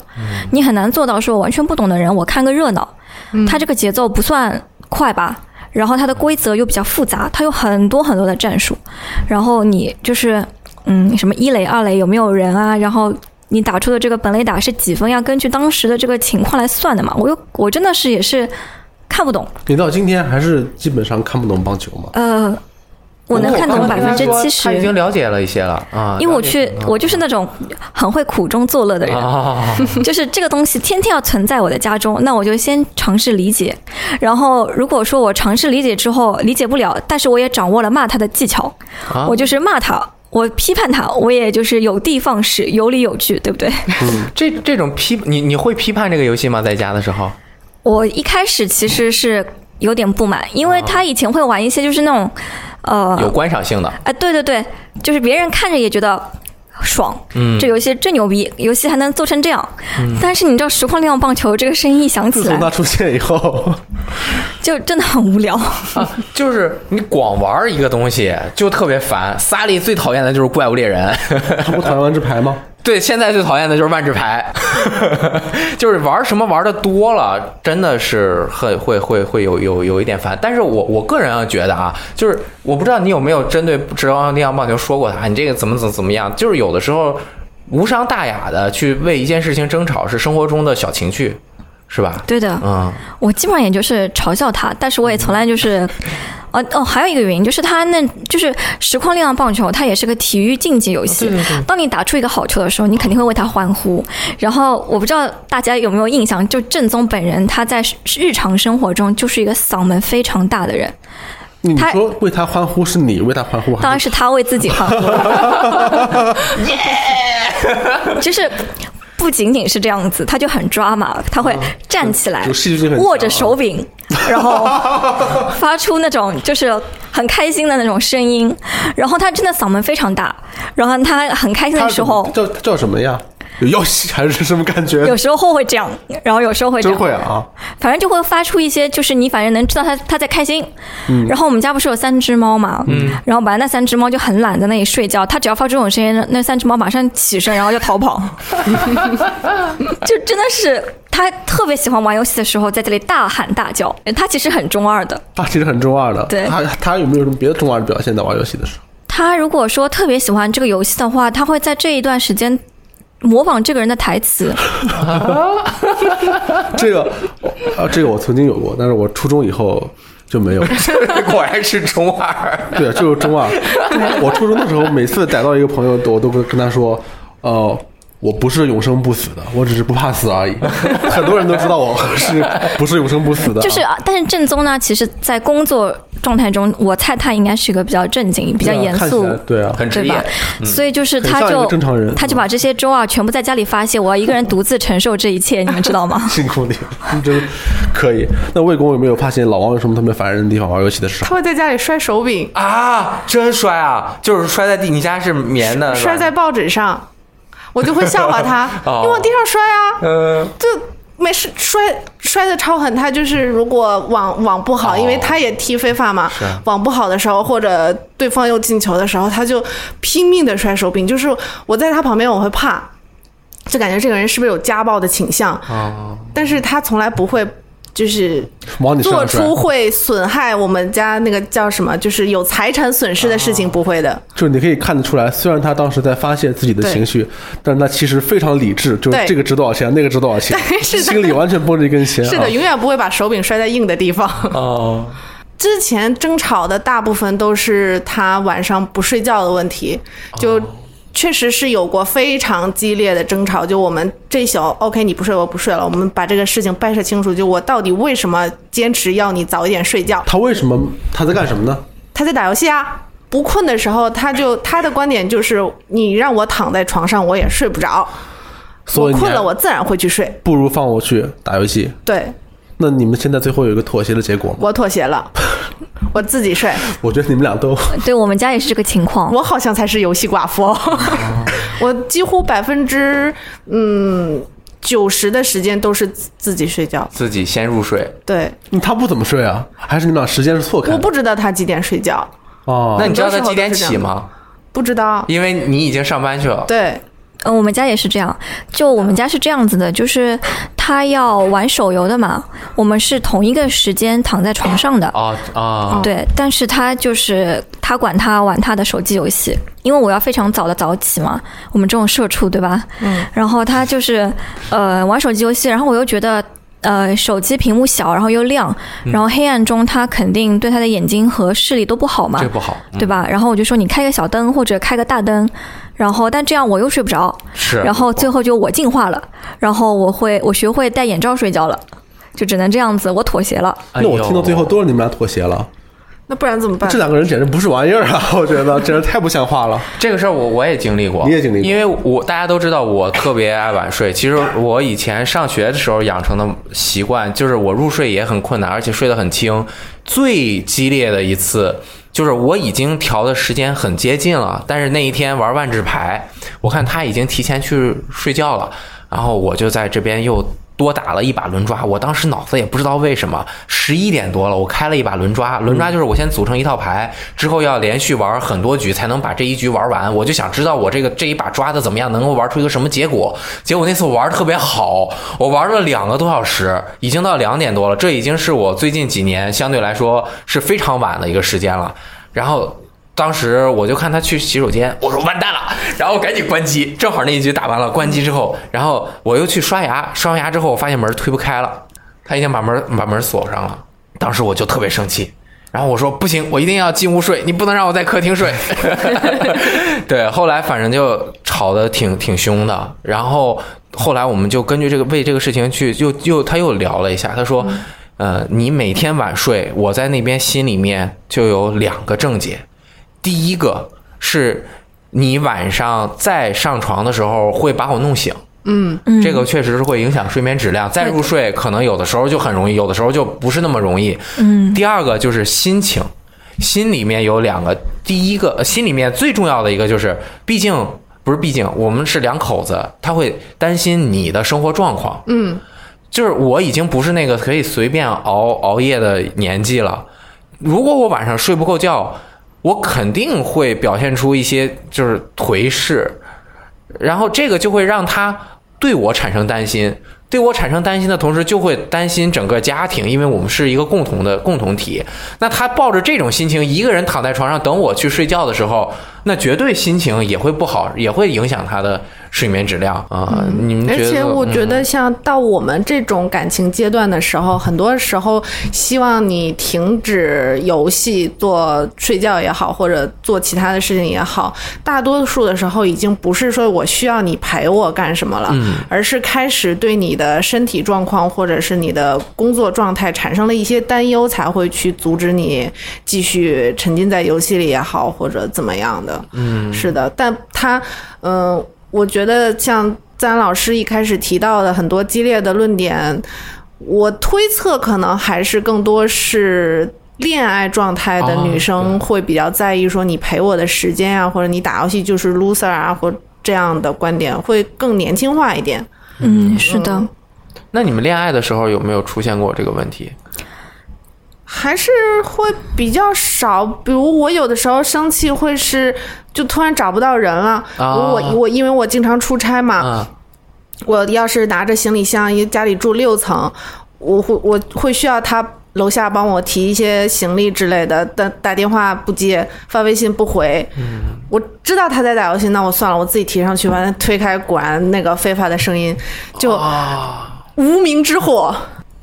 D: 你很难做到说完全不懂的人我看个热闹，它这个节奏不算快吧。然后它的规则又比较复杂，它有很多很多的战术，然后你就是嗯，什么一垒、二垒有没有人啊？然后你打出的这个本垒打是几分，要根据当时的这个情况来算的嘛。我又我真的是也是看不懂，
C: 你到今天还是基本上看不懂棒球吗？
D: 呃，我能看懂
B: 不过
D: 百
B: 我
D: 分之
B: 他
D: 七
B: 说哦他已经
D: 十，
B: 了解了一些了啊，
D: 因为我
B: 了解
D: 去，我就是那种很会苦中作乐的人。
B: 啊，
D: <laughs> 就是这个东西天天要存在我的家中，那我就先尝试理解。然后如果说我尝试理解之后理解不了，但是我也掌握了骂他的技巧，
B: 啊
D: 我就是骂他，我批判他，我也就是有的放矢，有理有据，
B: <laughs>
D: 对不对？
B: 这这种批你你会批判这个游戏吗？在家的时候，
D: 我一开始其实是有点不满，因为他以前会玩一些就是那种，呃，
B: 有观赏性的，
D: 啊，对对对，就是别人看着也觉得爽，
B: 嗯
D: 这游戏真牛逼，游戏还能做成这样。但是你知道实况练棒球这个声音一响起
C: 自从
D: 来
C: 它，出现以后，
D: 就真的很无聊。
B: 就是你光玩一个东西就特别烦。萨利最讨厌的就是怪物猎人，
C: 它不讨厌万智牌吗？
B: 对，现在最讨厌的就是万智牌， <laughs> 就是玩什么玩的多了，真的是很会会会有有有一点烦。但是我我个人啊觉得啊，就是我不知道你有没有针对职业力量棒球说过他，你这个怎么怎么怎么样，就是有的时候无伤大雅的去为一件事情争吵，是生活中的小情趣，是吧？
D: 对的，
B: 嗯， <laughs>
D: 我基本上也就是嘲笑他，但是我也从来就是， <laughs> 哦哦，还有一个原因就是他那就是实况练棒球，它也是个体育竞技游戏。当你打出一个好球的时候，你肯定会为他欢呼。然后我不知道大家有没有印象，就正宗本人他在日常生活中就是一个嗓门非常大的人，
C: 你
D: 它
C: 说为它欢呼是你为它欢呼，
D: 当
C: 还
D: 然
C: 是
D: 是他为自己欢呼。就是不仅仅是这样子，他就很抓马，他会站起来
C: 有戏剧性很强啊
D: 握着手柄，然后发出那种就是很开心的那种声音。然后他真的嗓门非常大，然后他很开心
C: 它
D: 的
C: 是
D: 时候，
C: 叫叫什么呀？有要戏还是什么感觉？
D: 有时候会这样，然后有时候会这
C: 真
D: 样，
C: 会啊！
D: 反正就会发出一些，就是你反正能知道他他在开心。
C: 嗯
D: 然后我们家不是有三只猫嘛，然后本来那三只猫就很懒，在那里睡觉。它只要发出这种声音，那那三只猫马上起身，然后就
C: <laughs>
D: 逃跑。就真的是它特别喜欢玩游戏的时候，在这里大喊大叫。它其实很中二的。
C: 它其实很中二的。
D: 对
C: 它它有没有什么别的中二的表现？在玩游戏的时候，
D: 它如果说特别喜欢这个游戏的话，它会在这一段时间模仿这个人的
C: <laughs>
D: 台词。
C: 这个啊，这个我曾经有过，但是我初中以后就没有。
B: 果然是中二。
C: 对，啊就是中
D: <laughs>
C: 二。我初中的时候，每次逮到一个朋友，我都跟跟他说，呃，我不是永生不死的，我只是不怕死而已。 <laughs> 很多人都知道我是不是永生不死的啊，
D: 就是，啊但是正宗呢，其实在工作状态中，我猜他应该是一个比较正经、比较
C: 对啊
D: 严
C: 看起
D: 肃
C: 来，对啊，
B: 很
D: 对
B: 职
D: 吧
B: 业？
D: 所以就是
C: 很
D: 他
C: 像一
D: 就
C: 个正常人？
D: 他就把这些周二全部在家里发泄，我要一个人独自承受这一切，你们知道吗
C: <laughs> 辛苦你，真可以。那魏公有没有发现老王有什么特别烦人的地方？玩游戏的时候
E: 他，会在家里摔手柄，
B: 啊，真摔啊！就是摔在地，你家是棉的，，
E: 摔在报纸上，我就会笑话他
B: 哦
E: 你往地上摔啊，
B: 嗯，
E: 就没事摔摔的超狠。他就是如果网网不好，
B: 哦
E: 因为他也踢非法嘛，网不好的时候或者对方又进球的时候，他就拼命的摔手柄。就是我在他旁边，我会怕，就感觉这个人是不是有家暴的倾向？
B: 哦，
E: 但是他从来不会。就是
C: 往你身上
E: 做
C: 摔，
E: 出会损害我们家那个叫什么，就是有财产损失的事情，不会的。
C: 就是你可以看得出来，虽然他当时在发泄自己的
E: 对
C: 情绪，但是他其实非常理智，就是
E: 对
C: 这个值多少钱，那个值多少钱，
E: 是的
C: 心里完全绷着一根弦啊。
E: 是的，永远不会把手柄摔在硬的地方。
B: <laughs> 哦，
E: 之前争吵的大部分都是他晚上不睡觉的问题，
C: 哦
E: 就确实是有过非常激烈的争吵。就我们这一宿，OK，你不睡，我不睡了，我们把这个事情掰扯清楚。就我到底为什么坚持要你早一点睡觉？
C: 他为什么他在干什么呢？
E: 他在打游戏啊。不困的时候，他就他的观点就是，你让我躺在床上，我也睡不着。
C: 所
E: 我
C: 以你
E: 困
C: 还
E: 了，我自然会去睡。
C: 不如放我去打游戏。
E: 对
C: 那你们现在最后有一个妥协的结果吗？
E: 我妥协
C: <laughs>
E: 了，我自己睡。
C: 我觉得你们俩
E: <laughs>
C: 都
D: 对我们家也是这个情况。
E: 我好像才是游戏寡妇哦， <laughs> 我几乎百分之嗯九十的时间都是自自己睡觉。
B: 自己先入睡。
E: 对，
C: 嗯他不怎么睡啊，还是你们俩时间是错开
E: 我
C: 的？
E: 不知道他几点睡觉，
C: 哦，
B: 那你知道他
E: 很多时候
B: 几点
E: 都是这样
B: 起吗？
E: 不知道。
B: 因为你已经上班去了。
E: 对，
D: 嗯，我们家也是这样。就我们家是这样子的，就是他要玩手游的嘛，我们是同一个时间躺在床上的。
B: 哦哦，
D: 对，但是他就是他管他玩他的手机游戏，因为我要非常早的早起嘛，我们这种社畜对吧？嗯。然后他就是呃玩手机游戏，然后我又觉得。呃手机屏幕小，然后又亮，
B: 嗯
D: 然后黑暗中他肯定对他的眼睛和视力都不好嘛
B: 这，不好，嗯
D: 对吧？然后我就说你开个小灯或者开个大灯，然后但这样我又睡不着，
B: 是，啊
D: 然后最后就我进化了，然后我会我学会戴眼罩睡觉了，就只能这样子，我妥协了。
B: 哎
C: 那
B: 呦
C: 我听到最后都是你们俩妥协了，
E: 那不然怎么办
C: 这？两个人简直不是玩意儿啊！我觉得简直太不像话了。
B: 这个事儿我我也经历过，
C: 你也经历过
B: 因为我大家都知道我特别爱晚睡。其实我以前上学的时候养成的习惯就是我入睡也很困难，而且睡得很轻。最激烈的一次就是我已经调的时间很接近了，但是那一天玩万智牌，我看他已经提前去睡觉了，然后我就在这边又。多打了一把轮抓，我当时脑子也不知道为什么，十一点多了，我开了一把轮抓。轮抓就是我先组成一套牌，之后要连续玩很多局才能把这一局玩完。我就想知道我这个这一把抓的怎么样，能够玩出一个什么结果。结果那次我玩的特别好，我玩了两个多小时，已经到两点多了，这已经是我最近几年相对来说是非常晚的一个时间了。然后当时我就看他去洗手间，我说完蛋了，然后赶紧关机。正好那一局打完了，关机之后，然后我又去刷牙，刷完牙之后我发现门推不开了，他已经把门把门锁上了。当时我就特别生气，然后我说不行，我一定要进屋睡，你不能让我在客厅睡。 <laughs> 对，后来反正就吵得挺挺凶的，然后后来我们就根据这个为这个事情去又又他又聊了一下，他说，呃，你每天晚睡，我在那边心里面就有两个症结，第一个是你晚上再上床的时候会把我弄醒。
E: 嗯，
D: 嗯，
B: 这个确实是会影响睡眠质量。再入睡，可能有的时候就很容易，有的时候就不是那么容易。
D: 嗯
B: 第二个就是心情，心里面有两个，第一个呃心里面最重要的一个就是，毕竟不是毕竟，我们是两口子，他会担心你的生活状况。
E: 嗯，
B: 就是我已经不是那个可以随便熬熬夜的年纪了。如果我晚上睡不够觉，我肯定会表现出一些就是颓势，然后这个就会让他对我产生担心，对我产生担心的同时，就会担心整个家庭，因为我们是一个共同的共同体。那他抱着这种心情，一个人躺在床上等我去睡觉的时候，那绝对心情也会不好，也会影响他的睡眠质量啊、你们觉
E: 嗯而
B: 得？嗯
E: 且我觉得，像到我们这种感情阶段的时候，很多时候希望你停止游戏、做睡觉也好，或者做其他的事情也好，大多数的时候已经不是说我需要你陪我干什么了，
B: 嗯
E: 而是开始对你的身体状况或者是你的工作状态产生了一些担忧，才会去阻止你继续沉浸在游戏里也好，或者怎么样的。嗯，是的，但他，嗯、我觉得像赞老师一开始提到的很多激烈的论点，我推测可能还是更多是。恋爱状态的女生会比较在意说你陪我的时间啊，或者你打游戏就是 loser 啊，或这样的观点会更年轻化一点。
D: 嗯，是的，
B: 那你们恋爱的时候有没有出现过这个问题？
E: 还是会比较少。比如我有的时候生气会是就突然找不到人了，
B: 啊
E: 我我因为我经常出差嘛，
B: 啊，
E: 我要是拿着行李箱，因为家里住六层，我会我会需要他楼下帮我提一些行李之类的，但打电话不接，发微信不回。嗯，我知道他在打游戏，那我算了，我自己提上去吧。完了推开，果然那个非法的声音，就无名之火，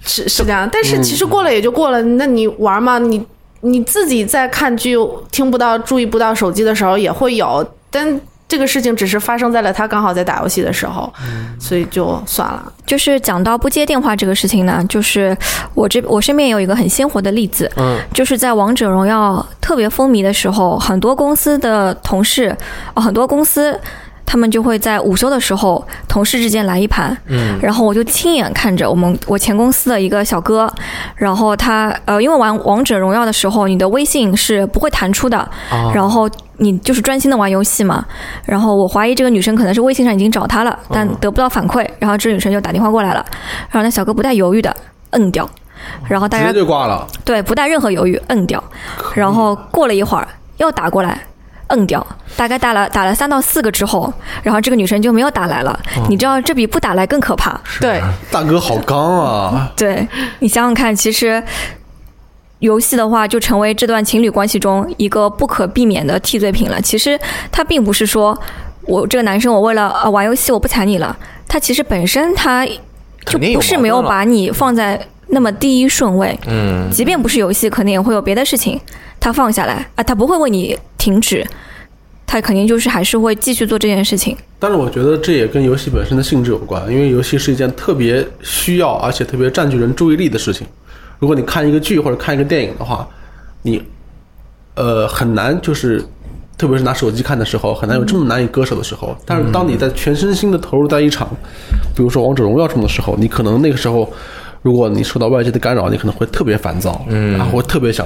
E: 是是这样。但是其实过了也就过了，那你玩嘛，你你自己在看剧听不到、注意不到手机的时候也会有，但。这个事情只是发生在了他刚好在打游戏的时候，所以就算了。
D: 就是讲到不接电话这个事情呢，就是我这我身边有一个很鲜活的例子，
B: 嗯，
D: 就是在王者荣耀特别风靡的时候，很多公司的同事，哦，很多公司。他们就会在午休的时候，同事之间来一盘，嗯，然后我就亲眼看着我们我前公司的一个小哥，然后他呃，因为玩王者荣耀的时候，你的微信是不会弹出的，
C: 哦
D: 然后你就是专心的玩游戏嘛，然后我怀疑这个女生可能是微信上已经找他了，
C: 哦
D: 但得不到反馈，然后这个女生就打电话过来了，然后那小哥不带犹豫的摁掉，然后大
C: 哦直
D: 家
C: 接就挂了，
D: 对不带任何犹豫摁掉，然后过了一会儿又打过来。摁掉，大概打了打了三到四个之后，然后这个女生就没有打来了。你知道这比不打来更可怕，
E: 对，
C: 大哥好刚啊！
D: 对你想想看，其实游戏的话就成为这段情侣关系中一个不可避免的替罪品了。其实他并不是说我这个男生我为了呃玩游戏我不睬你了，他其实本身他。就
B: 肯定有
D: 不是没
B: 矛
D: 有
B: 盾了
D: 把你放在那么第一顺位。
B: 嗯，
D: 即便不是游戏，肯定也会有别的事情，他放下来啊，他不会为你停止，他肯定就是还是会继续做这件事情。
C: 但是我觉得这也跟游戏本身的性质有关，因为游戏是一件特别需要而且特别占据人注意力的事情。如果你看一个剧或者看一个电影的话，你呃很难就是，特别是拿手机看的时候，很难有这么难以割舍的时候。但是当你在全身心的投入在一场，比如说王者荣耀这种的时候，你可能那个时候，如果你受到外界的干扰，你可能会特别烦躁，嗯，然后会特别想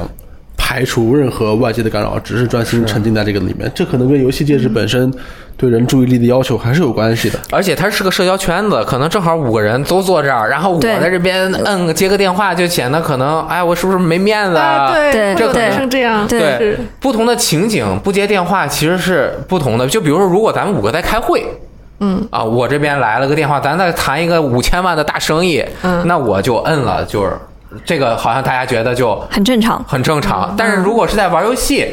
C: 排除任何外界的干扰，只是专心沉浸在这个里面。这可能跟游戏介质本身对人注意力的要求还是有关系的。
B: 而且它是个社交圈子，可能正好五个人都坐这儿，然后我
D: 对
B: 在这边摁个接个电话，就显得可能哎，我是不是没面子
E: 啊，
D: 对
E: 对，会有
D: 对
E: 男生这样，
D: 对
B: 对
E: 是，
B: 不同的情景不接电话其实是不同的。就比如说，如果咱们五个在开会，嗯啊，我这边来了个电话，咱再谈一个五千万的大生意，嗯，那我就摁了，就是这个好像大家觉得就
D: 很正常，
B: 很正
D: 嗯
B: 常。但是如果是在玩游戏，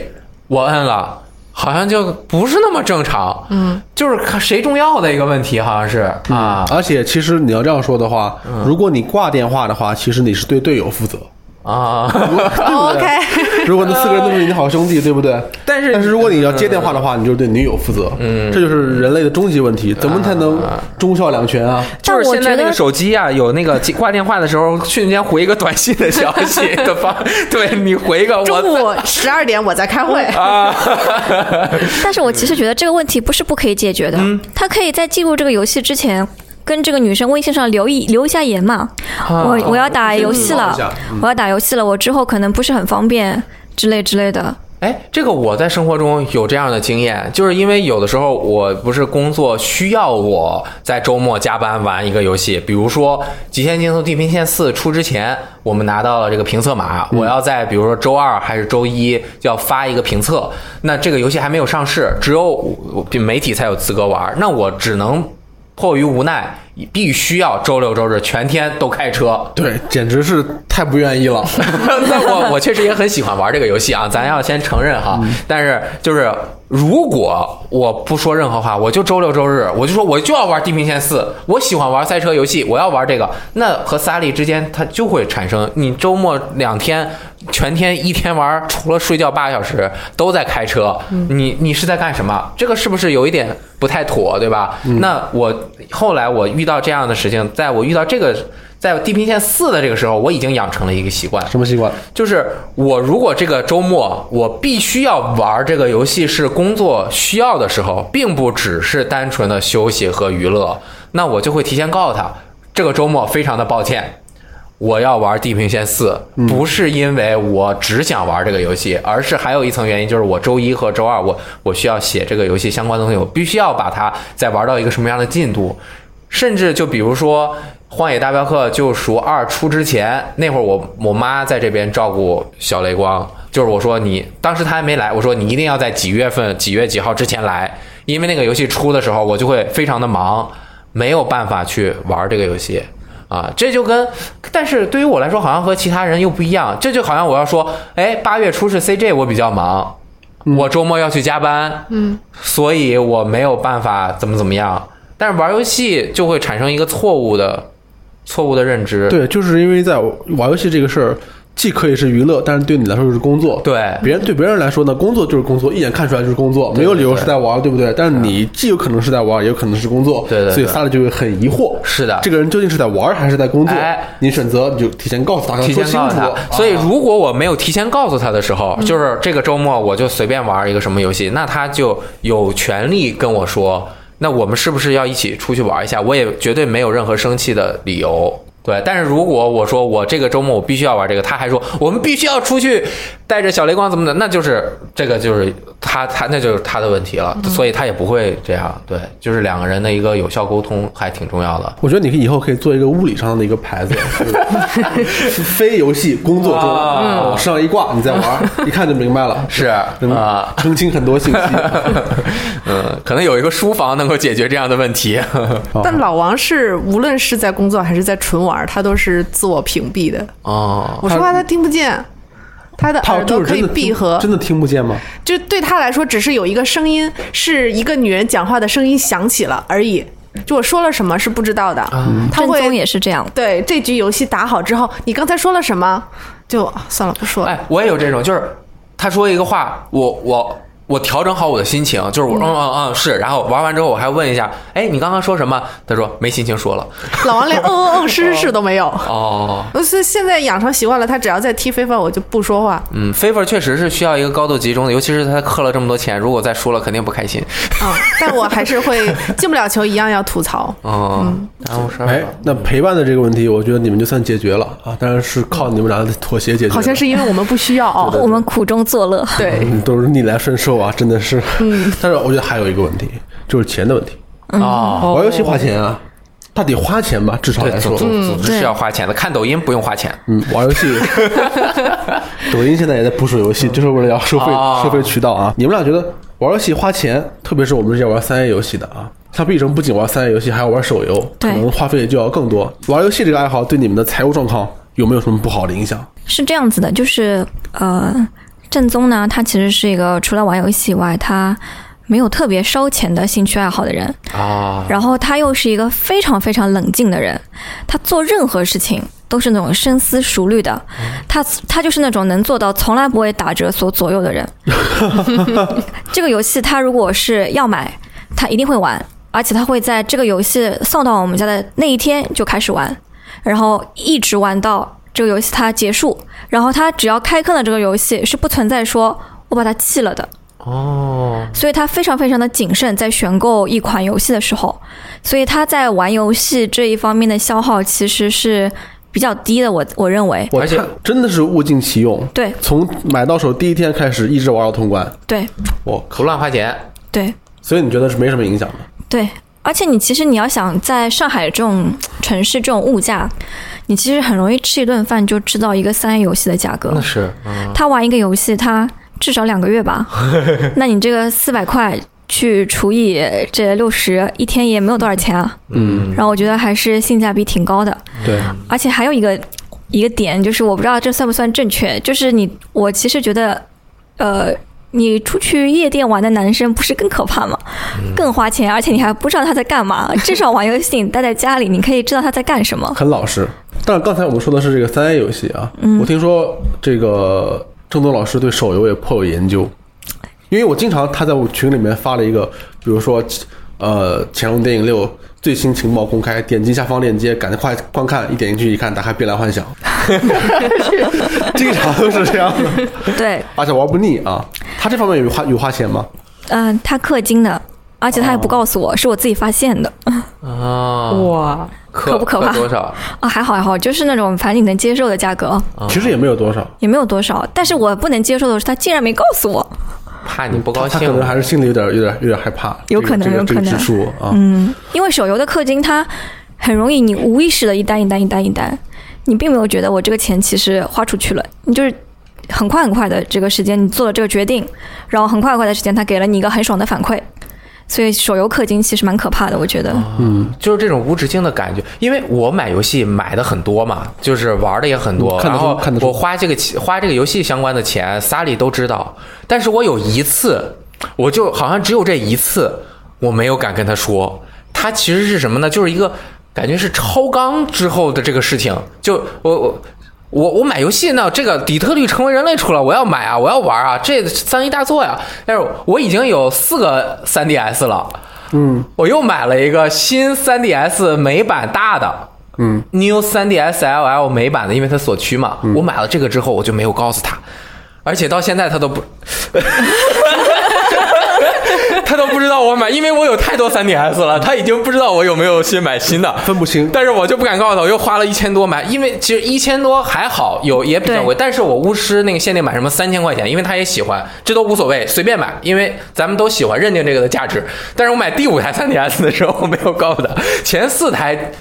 B: 我摁了，好像就不是那么正常，嗯，就是看谁重要的一个问题，好像是
D: 嗯
B: 啊
C: 而且其实你要这样说的话，如果你挂电话的话，其实你是对队友负责。
B: 啊，
D: <laughs>
E: 哦 OK，
C: 如果那四个人都是你的好兄弟，对不对？
B: 但是
C: 呃但是如果你要接电话的话，你就是对女友负责。嗯，啊这就是人类的终极问题，怎么才能忠孝两全啊？
B: 就
D: 但
B: 是
D: 我
B: 现在
D: 觉
B: 那个
D: 得
B: 手机啊，有那个接挂电话的时候，瞬间回一个短信的消
D: <laughs>
B: 息的方，对你回一个我
E: 中午十二点我在开会，
B: <laughs> 啊，
D: 但是我其实觉得这个问题不是不可以解决的，他可以在进入这个游戏之前。跟这个女生微信上留一留一下言嘛，我我要打游戏
C: 先预告
D: 了
C: 一下，
D: 我要打游戏了，我之后可能不是很方便之类之类的。
B: 哎，这个我在生活中有这样的经验，就是因为有的时候我不是工作需要我在周末加班玩一个游戏，比如说《极限竞速：地平线四》出之前，我们拿到了这个评测码，我要在比如说周二还是周一要发一个评测，那这个游戏还没有上市，只有我媒体才有资格玩，那我只能迫于无奈，必须要周六周日全天都开车，
C: 对，简直是太不愿意了。
B: <laughs> 那我我确实也很喜欢玩这个游戏啊，咱要先承认哈。但是就是如果我不说任何话，我就周六周日，我就说我就要玩《地平线四》，我喜欢玩赛车游戏，我要玩这个。那和萨利之间，它就会产生你周末两天。全天一天玩，除了睡觉八个小时，都在开车。你你是在干什么？这个是不是有一点不太妥，对吧？那我后来我遇到这样的事情，在我遇到这个在地平线四的这个时候，我已经养成了一个习惯，
C: <laughs> 什么习惯？
B: 就是我如果这个周末我必须要玩这个游戏是工作需要的时候，并不只是单纯的休息和娱乐，那我就会提前告诉他，这个周末非常的抱歉。我要玩《地平线四》，不是因为我只想玩这个游戏，而是还有一层原因，就是我周一和周二我我需要写这个游戏相关的东西，我必须要把它再玩到一个什么样的进度，甚至就比如说《荒野大镖客：救赎二》出之前，那会儿我我妈在这边照顾小雷光，就是我说你当时她还没来，我说你一定要在几月份几月几号之前来，因为那个游戏出的时候我就会非常的忙，没有办法去玩这个游戏。啊，这就跟，但是对于我来说，好像和其他人又不一样。这就好像我要说，哎，八月初是 CJ，我比较忙，我周末要去加班，嗯，所以我没有办法怎么怎么样。但是玩游戏就会产生一个错误的、错误的认知。
C: 对，就是因为在玩游戏这个事儿，既可以是娱乐，但是对你来说就是工作。
B: 对
C: 别人对别人来说呢，工作就是工作，一眼看出来就是工作，没有理由是在玩，对不对？但是你既有可能是在玩，也有可能是工作，
B: 对对对
C: 所以萨利就会很疑惑，
B: 是的
C: 这个人究竟是在玩还是在工作
B: 哎？
C: 你选择你就提前告诉他，
B: 提前告诉
C: 说
B: 他
C: 呃清。楚
B: 所以
C: 啊嗯
B: 如果我没有提前告诉他的时候，就是这个周末我就随便玩一个什么游戏，那他就有权利跟我说，那我们是不是要一起出去玩一下？我也绝对没有任何生气的理由。对，但是如果我说我这个周末我必须要玩这个，他还说我们必须要出去，带着小雷光怎么的，那就是这个就是他他那就是他的问题
C: 嗯
B: 了，所以他也不会这样。对，就是两个人的一个有效沟通还挺重要的。
C: 我觉得你可以以后可以做一个物理上的一个牌
E: <laughs>
C: 子，就是非游戏工作中
B: 哇
E: 啊
C: 往上一挂，你再玩，
E: 嗯
C: 一看就明白了，
B: 是
C: 能
B: 啊
C: 澄清很多信
E: <laughs>
C: 息。
B: <laughs> 嗯，可能有一个书房能够解决这样的问题。 <laughs>
E: 但老王是无论是在工作还是在纯玩，他都是自我屏蔽的。
B: 哦，
E: 我说话他听不见，他的
C: 他
E: 耳朵
C: 就是
E: 可
C: 真的
E: 以闭
C: 听
E: 合，
C: 真的听不见吗？
E: 就对他来说只是有一个声音，是一个女人讲话的声音响起了而已。就我说了什么是不知道的，他
D: 正
E: 会
D: 宗也是这样。
E: 对这局游戏打好之后，你刚才说了什么？就啊算了，不说了。
B: 哎，我也有这种，就是他说一个话，我我我调整好我的心情，就是我嗯嗯嗯是，然后玩完之后我还问一下，哎，你刚刚说什么？他说没心情说了。
E: 老王连嗯嗯嗯是是是都没有。
B: 哦，
E: 我是呃现在养成习惯了，他只要在踢非法，我就不说话。
B: 嗯，favor 确实是需要一个高度集中的，尤其是他氪了这么多钱，如果再输了肯定不开心。
E: 嗯，但我还是会进不了球一样要吐槽。
B: 哦，耽误事儿
C: 哎
B: 了。，
C: 那陪伴的这个问题，我觉得你们就算解决了啊，当然是靠你们俩的妥协解决的，
E: 好像是因为我们不需要哦。
D: 我们苦中作乐，
E: 对，
C: 嗯都是逆来顺受啊，真的是。嗯，但是我觉得还有一个问题，就是钱的问题。
B: 哦，
C: 玩游戏花钱啊，他得花钱吧，至少
B: 对，
C: 来
B: 总
C: 说，
B: 总总之是要花钱的，看抖音不用花钱。
C: 嗯，玩游戏，抖音现在也在部署游戏，就是为了要收费
B: 哦
C: 收费渠道啊。你们俩觉得玩游戏花钱，特别是我们这些玩三 A 游戏的啊，像毕生不仅玩三 A 游戏，还要玩手游，可
D: 对
C: 能花费就要更多。玩游戏这个爱好对你们的财务状况有没有什么不好的影响？
D: 是这样子的，就是呃，正宗呢，他其实是一个除了玩游戏以外，他没有特别烧钱的兴趣爱好的人，
B: 啊，
D: 然后他又是一个非常非常冷静的人，他做任何事情都是那种深思熟虑的，他他就是那种能做到从来不为打折所左右的人。这个游戏他如果是要买，他一定会玩，而且他会在这个游戏送到我们家的那一天就开始玩，然后一直玩到这个游戏它结束。然后他只要开坑了这个游戏，是不存在说我把它弃了的。
B: 哦，
D: 所以他非常非常的谨慎，在选购一款游戏的时候，所以他在玩游戏这一方面的消耗其实是比较低的。我我认为，
C: 我
B: 而且
C: 看真的是物尽其用，
D: 对
C: 从买到手第一天开始一直玩到通关，
D: 对
C: 我
B: 不乱花钱。
D: 对
C: 所以你觉得是没什么影响的？
D: 对，而且你其实你要想在上海这种城市这种物价，你其实很容易吃一顿饭就吃到一个三 A 游戏的价格。
B: 是，
D: 他玩一个游戏，他至少两个月吧，那你这个四百块。去除以这六十，一天也没有多少钱啊。
C: 嗯，
D: 然后我觉得还是性价比挺高的。
C: 对，
D: 而且还有一个一个点，就是我不知道这算不算正确，就是你我其实觉得，呃，你出去夜店玩的男生不是更可怕吗？更花钱，而且你还不知道他在干嘛。至少玩游戏，你待在家里，你可以知道他在干什
C: <laughs>
D: 么。
C: 很老实。但是刚才我们说的是这个三 A 游戏啊，
D: 嗯
C: 我听说这个郑东老师对手游也颇有研究，因为我经常他在我群里面发了一个，比如说呃《乾隆电影六》最新情报公开，点击下方链接，赶快观看，一点进去一看，打开《碧蓝幻
D: <laughs>
C: 想》，经常都是这样的，
D: 对，
C: 而且玩不腻啊。他这方面有花有花钱吗？
D: 嗯、他氪金的，而且他也不告诉我，是我自己发现的。
B: 啊，
E: 哇，
B: 可
D: 不可怕
B: 多少？
D: 啊，还好还好，就是那种反正你能接受的价格，
C: 其实也没有多少，
D: 也没有多少。但是我不能接受的是，他竟然没告诉我。
B: 怕你不高
C: 他
B: 兴，
C: 可能还是心里有点有点有点害怕，
D: 有可能
C: 这个
D: 有
C: 这个
D: 可
C: 这个
D: 能嗯
C: 支出啊，
D: 因为手游的氪金，它很容易你无意识的一单一单一单一单，你并没有觉得我这个钱其实花出去了，你就是很快很快的这个时间你做了这个决定，然后很快很快的时间他给了你一个很爽的反馈，所以手游氪金其实蛮可怕的，我觉得。
B: 就是这种无止境的感觉。因为我买游戏买的很多嘛，就是玩的也很多
C: 嗯，看得
B: 然
C: 出
B: 后
C: 看得出
B: 我花这个钱花这个游戏相关的钱，萨里都知道。但是我有一次，我就好像只有这一次，我没有敢跟他说。他其实是什么呢？就是一个感觉是超纲之后的这个事情。就我我。我我买游戏呢，这个底特律成为人类出了，我要买啊，我要玩啊，这三 A 大作呀！但是我已经有四个 3DS 了，
C: 嗯
B: 我又买了一个新 3DS 美版大的，嗯，New 3DS LL 美版的，因为它锁区嘛。
C: 嗯
B: 我买了这个之后，我就没有告诉他，而且到现在他都不， <laughs> 他都不知道我买，因为我有太多 3DS 了，他已经不知道我有没有新买新的，
C: 分不清
B: 但是我就不敢告诉他，我又花了一千多买，因为其实一千多还好，有也比较贵
D: 对。
B: 但是我巫师那个限定版什么三千块钱，因为他也喜欢，这都无所谓，随便买，因为咱们都喜欢，认 <laughs> 定这个的价值。但是我买第五台 3DS 的时候，我没有告诉他，前四台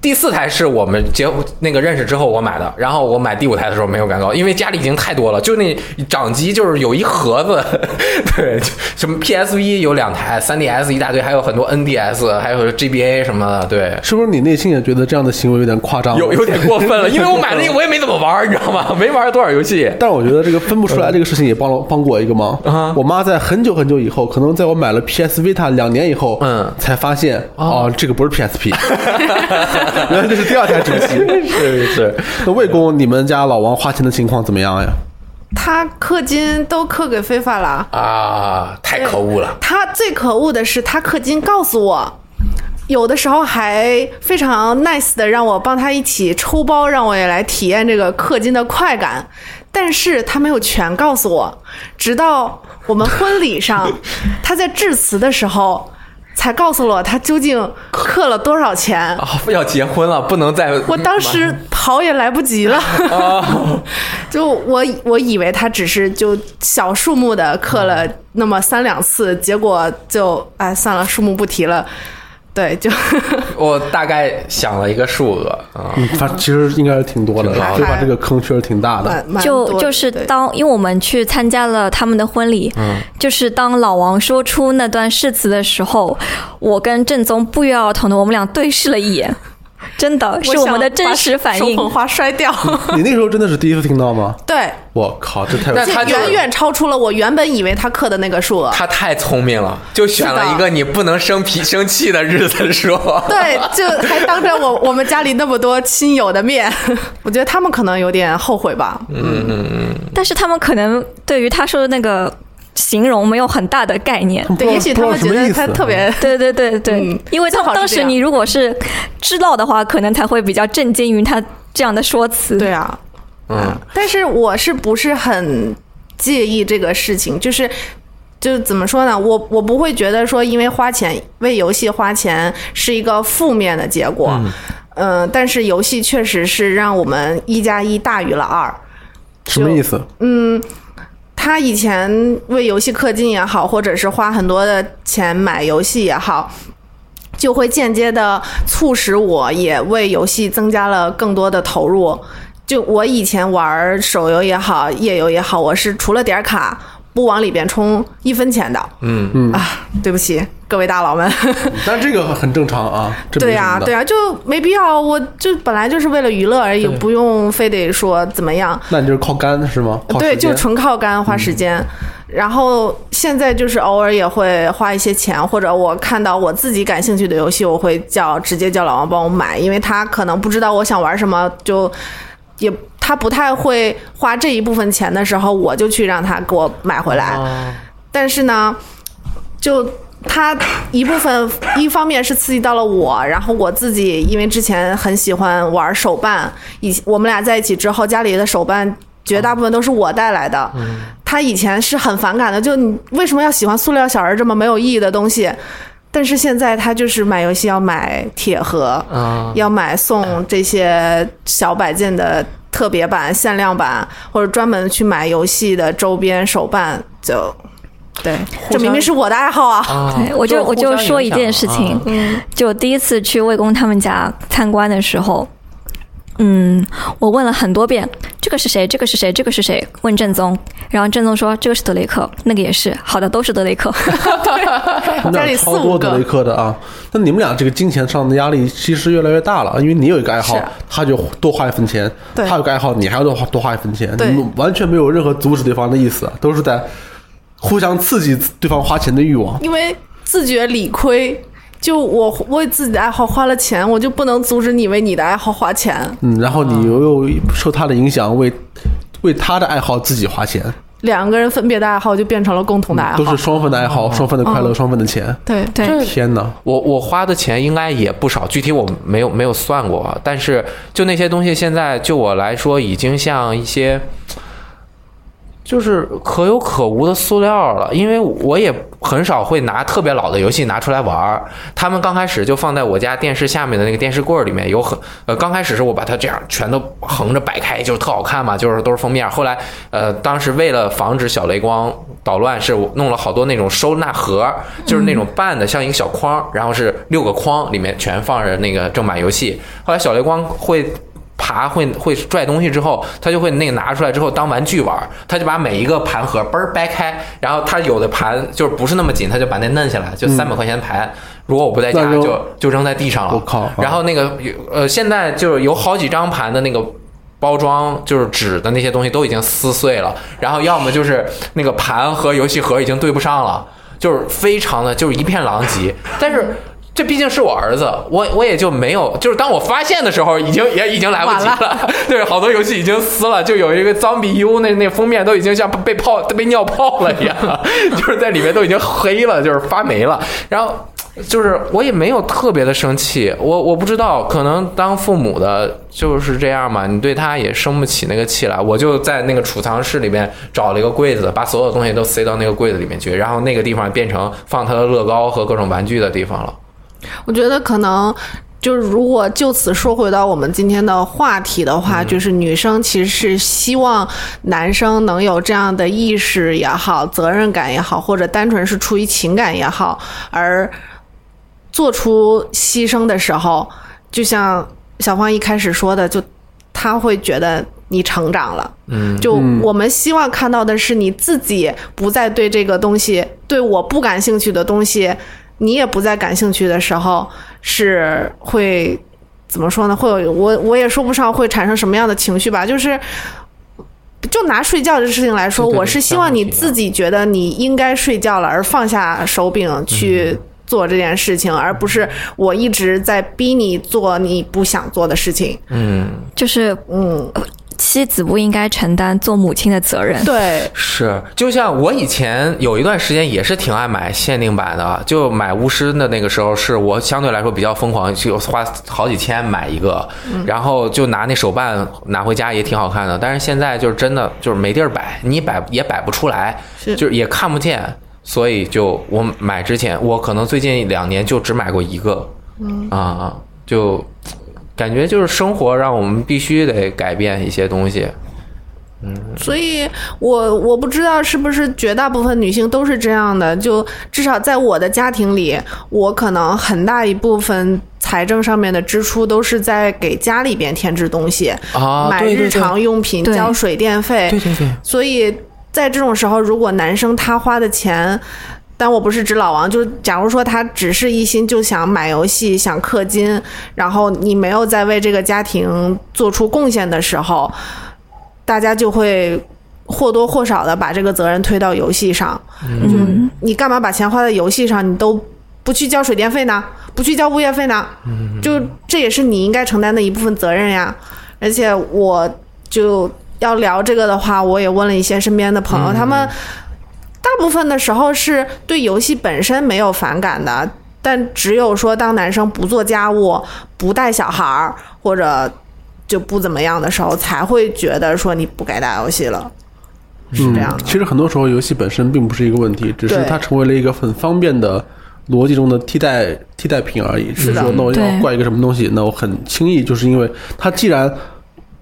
B: 第四台是我们结那个认识之后我买的，然后我买第五台的时候没有感高，因为家里已经太多了，就那掌机就是有一盒子， <laughs> 对，就什么 PSV 有两台，3DS 一大堆，还有很多 NDS，还有 GBA 什么的，对，
C: 是不是你内心也觉得这样的行为有点夸张？
B: 有有点过分
C: <laughs>
B: 了，因为我买那个我也没怎么玩儿，你知道吗？没玩儿多少游戏。
C: 但我觉得这个分不出来这个事情也帮了帮过我一个忙。
B: 啊
C: 我妈在很久很久以后，可能在我买了 PS Vita 两年以后，
B: 嗯
C: 才发现哦，这个不
B: <laughs>
C: 是 PSP，原来这是第二台主机。
B: 是是，
C: 那魏公，你们家老王花钱的情况怎么样呀？
E: 他氪金都氪给非法了。
B: 啊，太可恶了！
E: 他最可恶的是，他氪金告诉我，有的时候还非常 nice 的让我帮他一起抽包，让我也来体验这个氪金的快感。但是他没有全告诉我，直到我们婚礼上，他在致辞的时候才告诉了我他究竟氪了多少钱。
B: 啊，要结婚了，不能再
E: 我当时跑也来不及了，
B: 哦
E: <laughs> 就我我以为他只是就小数目的刻了
B: 嗯
E: 那么三两次，结果就哎算了，数目不提了。对，
B: <laughs>
E: 就
B: 我大概想了一个数额啊，
C: 嗯，反正其实应该是挺多的，
B: 挺高
E: 的
C: 对吧？这个坑确实挺大的。
E: 蛮蛮多
D: 就
E: 的
D: 就是
E: 对
D: 当因为我们去参加了他们的婚礼，就是当老王说出那段誓词的时候，我跟正宗不约而同的，我们俩对视了一眼，真的是我们的真实反
E: 手
D: 应。
E: 捧花摔掉。
B: 嗯
E: <laughs>
C: 你那时候真的是第一次听到吗？
E: 对，
C: 我靠，这太有
B: 那
E: 这
B: 他就
E: 远远超出了我原本以为他刻的那个数额。
B: 他太聪明了，就选了一个你不能生脾生气的日子说。 <laughs>
E: 对，就还当着我 <laughs> 我们家里那么多亲友的面， <laughs> 我觉得他们可能有点后悔吧。
B: 嗯
D: 但是他们可能对于他说的那那个形容没有很大的概念。
C: 不知
E: 对，
C: 道
E: 也许
C: 不
E: 他
C: 知道
E: 们
C: 什
E: 觉
C: 么
E: 得
C: 意思嗯
E: 他特别
D: 对对对对，
E: 嗯
D: 因为
E: 正
D: 他
E: 好是
D: 当
E: 这
D: 时
E: 样
D: 你如果是知道的话，可能才会比较震惊于他这样的说辞。
E: 对啊，嗯，但是我是不是很介意这个事情？就是。就是怎么说呢？我我不会觉得说，因为花钱为游戏花钱是一个负面的结果，嗯、但是游戏确实是让我们一加一大于了二。
C: 什么意思？
E: 他以前为游戏氪金也好，或者是花很多的钱买游戏也好，就会间接的促使我也为游戏增加了更多的投入。就我以前玩手游也好，页游也好，我是除了点卡不往里边充一分钱的。嗯嗯啊，对不起各位大佬们。
C: 但这个很正常啊，这
E: 对
C: 呀
E: 呀、对呀、就没必要，我就本来就是为了娱乐而已，不用非得说怎么样。
C: 那你就是靠肝是吗？靠
E: 对，
C: 时
E: 就
C: 间嗯
E: 纯靠干花时间。然后现在就是偶尔也会花一些钱，或者我看到我自己感兴趣的游戏，我会叫直接叫老王帮我买，因为他可能不知道我想玩什么，就也他不太会花这一部分钱的时候，我就去让他给我买回来。
C: 哦
E: 但是呢，就它一部分一方面是刺激到了我，然后我自己因为之前很喜欢玩手办，以我们俩在一起之后，家里的手办绝大部分都是我带来的。他以前是很反感的，就你为什么要喜欢塑料小人这么没有意义的东西？但是现在他就是买游戏要买铁盒，要买送这些小摆件的特别版、限量版，或者专门去买游戏的周边手办，就对，这明明是我的爱好啊。
D: 对，哎我就我就说一件事情，就第一次去魏公他们家参观的时候，嗯，我问了很多遍，这个是谁？这个是谁？这个是谁？问正宗，然后正宗说这个是德雷克，那个也是，好的，都是德雷克。 <laughs>
C: 你
E: 家
C: 们
E: 里
C: 俩
E: 四
C: 超多
E: 五
C: 德雷
E: 个，
C: 克的啊。那你们俩这个金钱上的压力其实越来越大了，因为你有一个爱好
E: 是，啊
C: 他就多花一分钱；
E: 对
C: 他有个爱好，你还要多花多花一分钱。
E: 对
C: 你们完全没有任何阻止对方的意思，都是在互相刺激对方花钱的欲望。
E: 因为自觉理亏。就我为自己的爱好花了钱，我就不能阻止你为你的爱好花钱，
C: 嗯，然后你又又受他的影响，为为他的爱好自己花钱，
E: 两个人分别的爱好就变成了共同的爱
C: 都
E: 好嗯
C: 是。双份的爱好，双份的快乐，双份的钱。
E: 对
D: 对，
C: 天哪！
B: 我我花的钱应该也不少，具体我没有没有算过，啊。但是就那些东西，现在就我来说，已经像一些就是可有可无的塑料了，因为我也很少会拿特别老的游戏拿出来玩儿。他们刚开始就放在我家电视下面的那个电视柜儿里面，有很呃，刚开始是我把它这样全都横着摆开，就是特好看嘛，就是都是封面。后来呃，当时为了防止小雷光捣乱是我弄了好多那种收纳盒，就是那种半的，像一个小筐，然后是六个筐，里面全放着那个正版游戏。后来小雷光会。爬会会拽东西之后，他就会那个拿出来之后当玩具玩儿，他就把每一个盘盒嘣儿掰开，然后他有的盘就是不是那么紧，他就把那摁下来，就三百块钱盘，如果我不在家
C: 那就
B: 就就扔在地上了。
C: 我靠啊
B: 然后那个有呃，现在就是有好几张盘的那个。包装就是纸的那些东西都已经撕碎了，然后要么就是那个盘和游戏盒已经对不上了，就是非常的就是一片狼藉。但是这毕竟是我儿子，我我也就没有，就是当我发现的时候，已经也已经来不及了。 <laughs> 对，好多游戏已经撕了，就有一个 Zombie U 那那封面都已经像被泡被尿泡了一样， <laughs> 就是在里面都已经黑了，就是发霉了。然后就是我也没有特别的生气，我我不知道，可能当父母的就是这样嘛，你对他也生不起那个气来。我就在那个储藏室里面找了一个柜子，把所有东西都塞到那个柜子里面去，然后那个地方变成放他的乐高和各种玩具的地方了。
E: 我觉得可能。就是如果就此说回到我们今天的话题的话，就是女生其实是希望男生能有这样的意识也好、责任感也好，或者单纯是出于情感也好，而做出牺牲的时候，就像小芳一开始说的，就他会觉得你成长了。嗯，就我们希望看到的是你自己不再对这个东西，对我不感兴趣的东西，你也不再感兴趣的时候，是会怎么说呢？会有我我也说不上会产生什么样的情绪吧，就是。就拿睡觉这事情来说，
B: 对对
E: 我是希望你
B: 相互体谅
E: 自己觉得你应该睡觉了，而放下手柄去
B: 嗯
E: 做这件事情，而不是我一直在逼你做你不想做的事情。
B: <laughs>
D: 就是
E: 嗯，
D: 妻子不应该承担做母亲的责任。
E: 对，
B: 是，就像我以前有一段时间也是挺爱买限定版的，就买巫师的那个时候，是我相对来说比较疯狂，就花好几千买一个，然后就拿那手办拿回家也挺好看的。但是现在就是真的就是没地儿摆，你摆也摆不出来，
E: 是
B: 就是也看不见，所以就我买之前，我可能最近两年就只买过一个，嗯啊，就感觉就是生活让我们必须得改变一些东西。
E: 所以我我不知道是不是绝大部分女性都是这样的，就至少在我的家庭里，我可能很大一部分财政上面的支出都是在给家里边添置东西，
B: 啊
E: 买
B: 对对
E: 日常用品、
D: 对
E: 交水电费，
B: 对对，
E: 所以在这种时候，如果男生他花的钱，但我不是指老王，就是假如说他只是一心就想买游戏、想氪金，然后你没有在为这个家庭做出贡献的时候，大家就会。或多或少的把这个责任推到游戏上，
D: 嗯，
E: 你干嘛把钱花在游戏上？你都不去交水电费呢？不去交物业费呢？就这也是你应该承担的一部分责任呀。而且我就要聊这个的话，我也问了一些身边的朋友，他们大部分的时候是对游戏本身没有反感的，但只有说当男生不做家务、不带小孩儿或者就不怎么样的时候，才会觉得说你不该打游戏了，是这样的。
C: 嗯其实很多时候游戏本身并不是一个问题，只是
E: 对
C: 它成为了一个很方便的逻辑中的替代替代品而已。是
E: 的
C: 说，那我要
D: 对
C: 怪一个什么东西，那我很轻易，就是因为他既然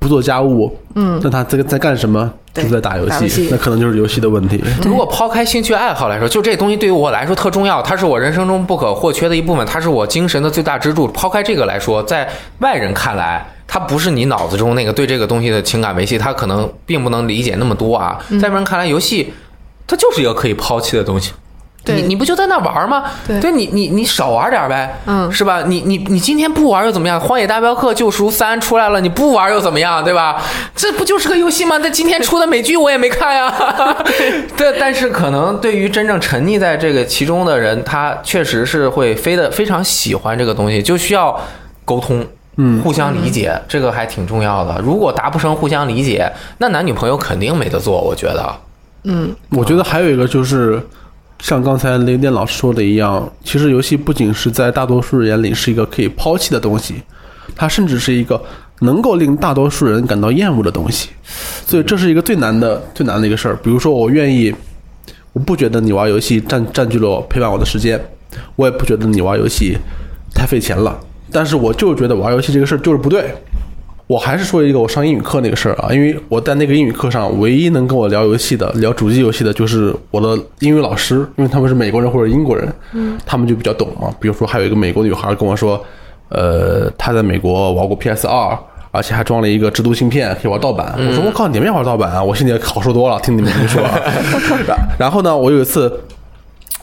C: 不做家务，嗯，那他这个在干什么？就
E: 对
C: 是在打游
E: 打游戏
C: 那可能就是游戏的问题。
B: 如果抛开兴趣爱好来说，就这东西对于我来说特重要，它是我人生中不可或缺的一部分，它是我精神的最大支柱。抛开这个来说，在外人看来，它不是你脑子中那个对这个东西的情感维系，他可能并不能理解那么多啊。在外人看来，游戏它就是一个可以抛弃的东西。你
E: 对
B: 你不就在那玩吗？
E: 对
B: 你你你少玩点呗，
E: 嗯
B: 是吧？你你你今天不玩又怎么样？《荒野大镖客：救赎三》出来了，你不玩又怎么样？对吧？这不就是个游戏吗？但今天出的美剧我也没看
E: <laughs>
B: 呀。 <laughs> 对，但是可能对于真正沉溺在这个其中的人，他确实是会非的非常喜欢这个东西，就需要沟通。嗯，互相理解、这个还挺重要的。如果达不成互相理解，那男女朋友肯定没得做。我觉得，
C: 我觉得还有一个就是，像刚才雷电老师说的一样，其实游戏不仅是在大多数人眼里是一个可以抛弃的东西，它甚至是一个能够令大多数人感到厌恶的东西。所以这是一个最难的、最难的一个事儿。比如说，我愿意，我不觉得你玩游戏占占据了我陪伴我的时间，我也不觉得你玩游戏太费钱了，但是我就觉得玩游戏这个事儿就是不对。我还是说一个我上英语课那个事儿啊，因为我在那个英语课上，唯一能跟我聊游戏的、聊主机游戏的，就是我的英语老师，因为他们是美国人或者英国人，他们就比较懂嘛。比如说，还有一个美国女孩跟我说，呃，她在美国玩过 PS 二，而且还装了一个制毒芯片，可以玩盗版。我说我靠，你们也玩盗版啊？我心里好受多了，听你们这么说啊。然 <laughs> 然后呢，我有一次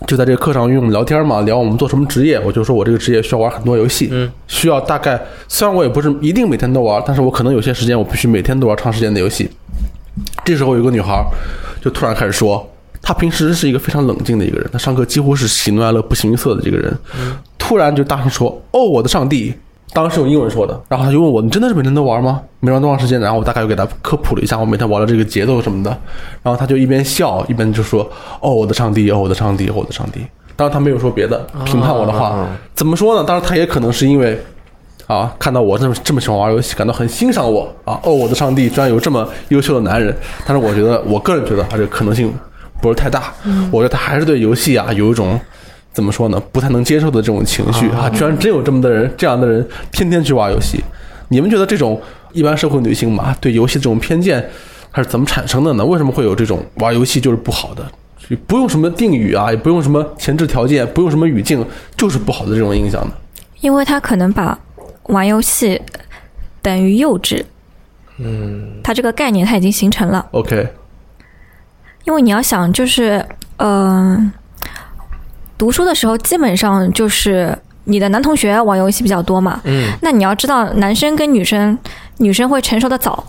C: 就在这个课上，因为我们聊天嘛，聊我们做什么职业，我就说我这个职业需要玩很多游戏，嗯，需要大概虽然我也不是一定每天都玩，但是我可能有些时间我必须每天都玩长时间的游戏。这时候有个女孩儿就突然开始说，她平时是一个非常冷静的一个人，她上课几乎是喜怒哀乐不形于色的这个人，突然就大声说：“哦，我的上帝！”当时用英文说的，然后她就问我：“你真的是每天都玩吗？没玩多长时间？”然后我大概又给她科普了一下我每天玩的这个节奏什么的，然后她就一边笑一边就说：“哦，我的上帝！哦，我的上帝！哦，我的上帝！”当然她没有说别的评判我的话，怎么说呢？当然她也可能是因为啊，看到我这么这么喜欢玩游戏，感到很欣赏我啊！哦，我的上帝，居然有这么优秀的男人！但是我觉得，我个人觉得他这个可能性不是太大。我觉得他还是对游戏啊有一种怎么说呢，不太能接受的这种情绪啊！居然真有这么的人，这样的人天天去玩游戏，你们觉得这种一般社会女性嘛，对游戏这种偏见，它是怎么产生的呢？为什么会有这种玩游戏就是不好的？不用什么定语啊，也不用什么前置条件，不用什么语境，就是不好的这种印象呢？
D: 因为他可能把玩游戏等于幼稚，嗯，他这个概念他已经形成了。
C: OK，
D: 因为你要想，就是嗯、呃读书的时候基本上就是你的男同学玩游戏比较多嘛，嗯，那你要知道，男生跟女生，女生会成熟的早。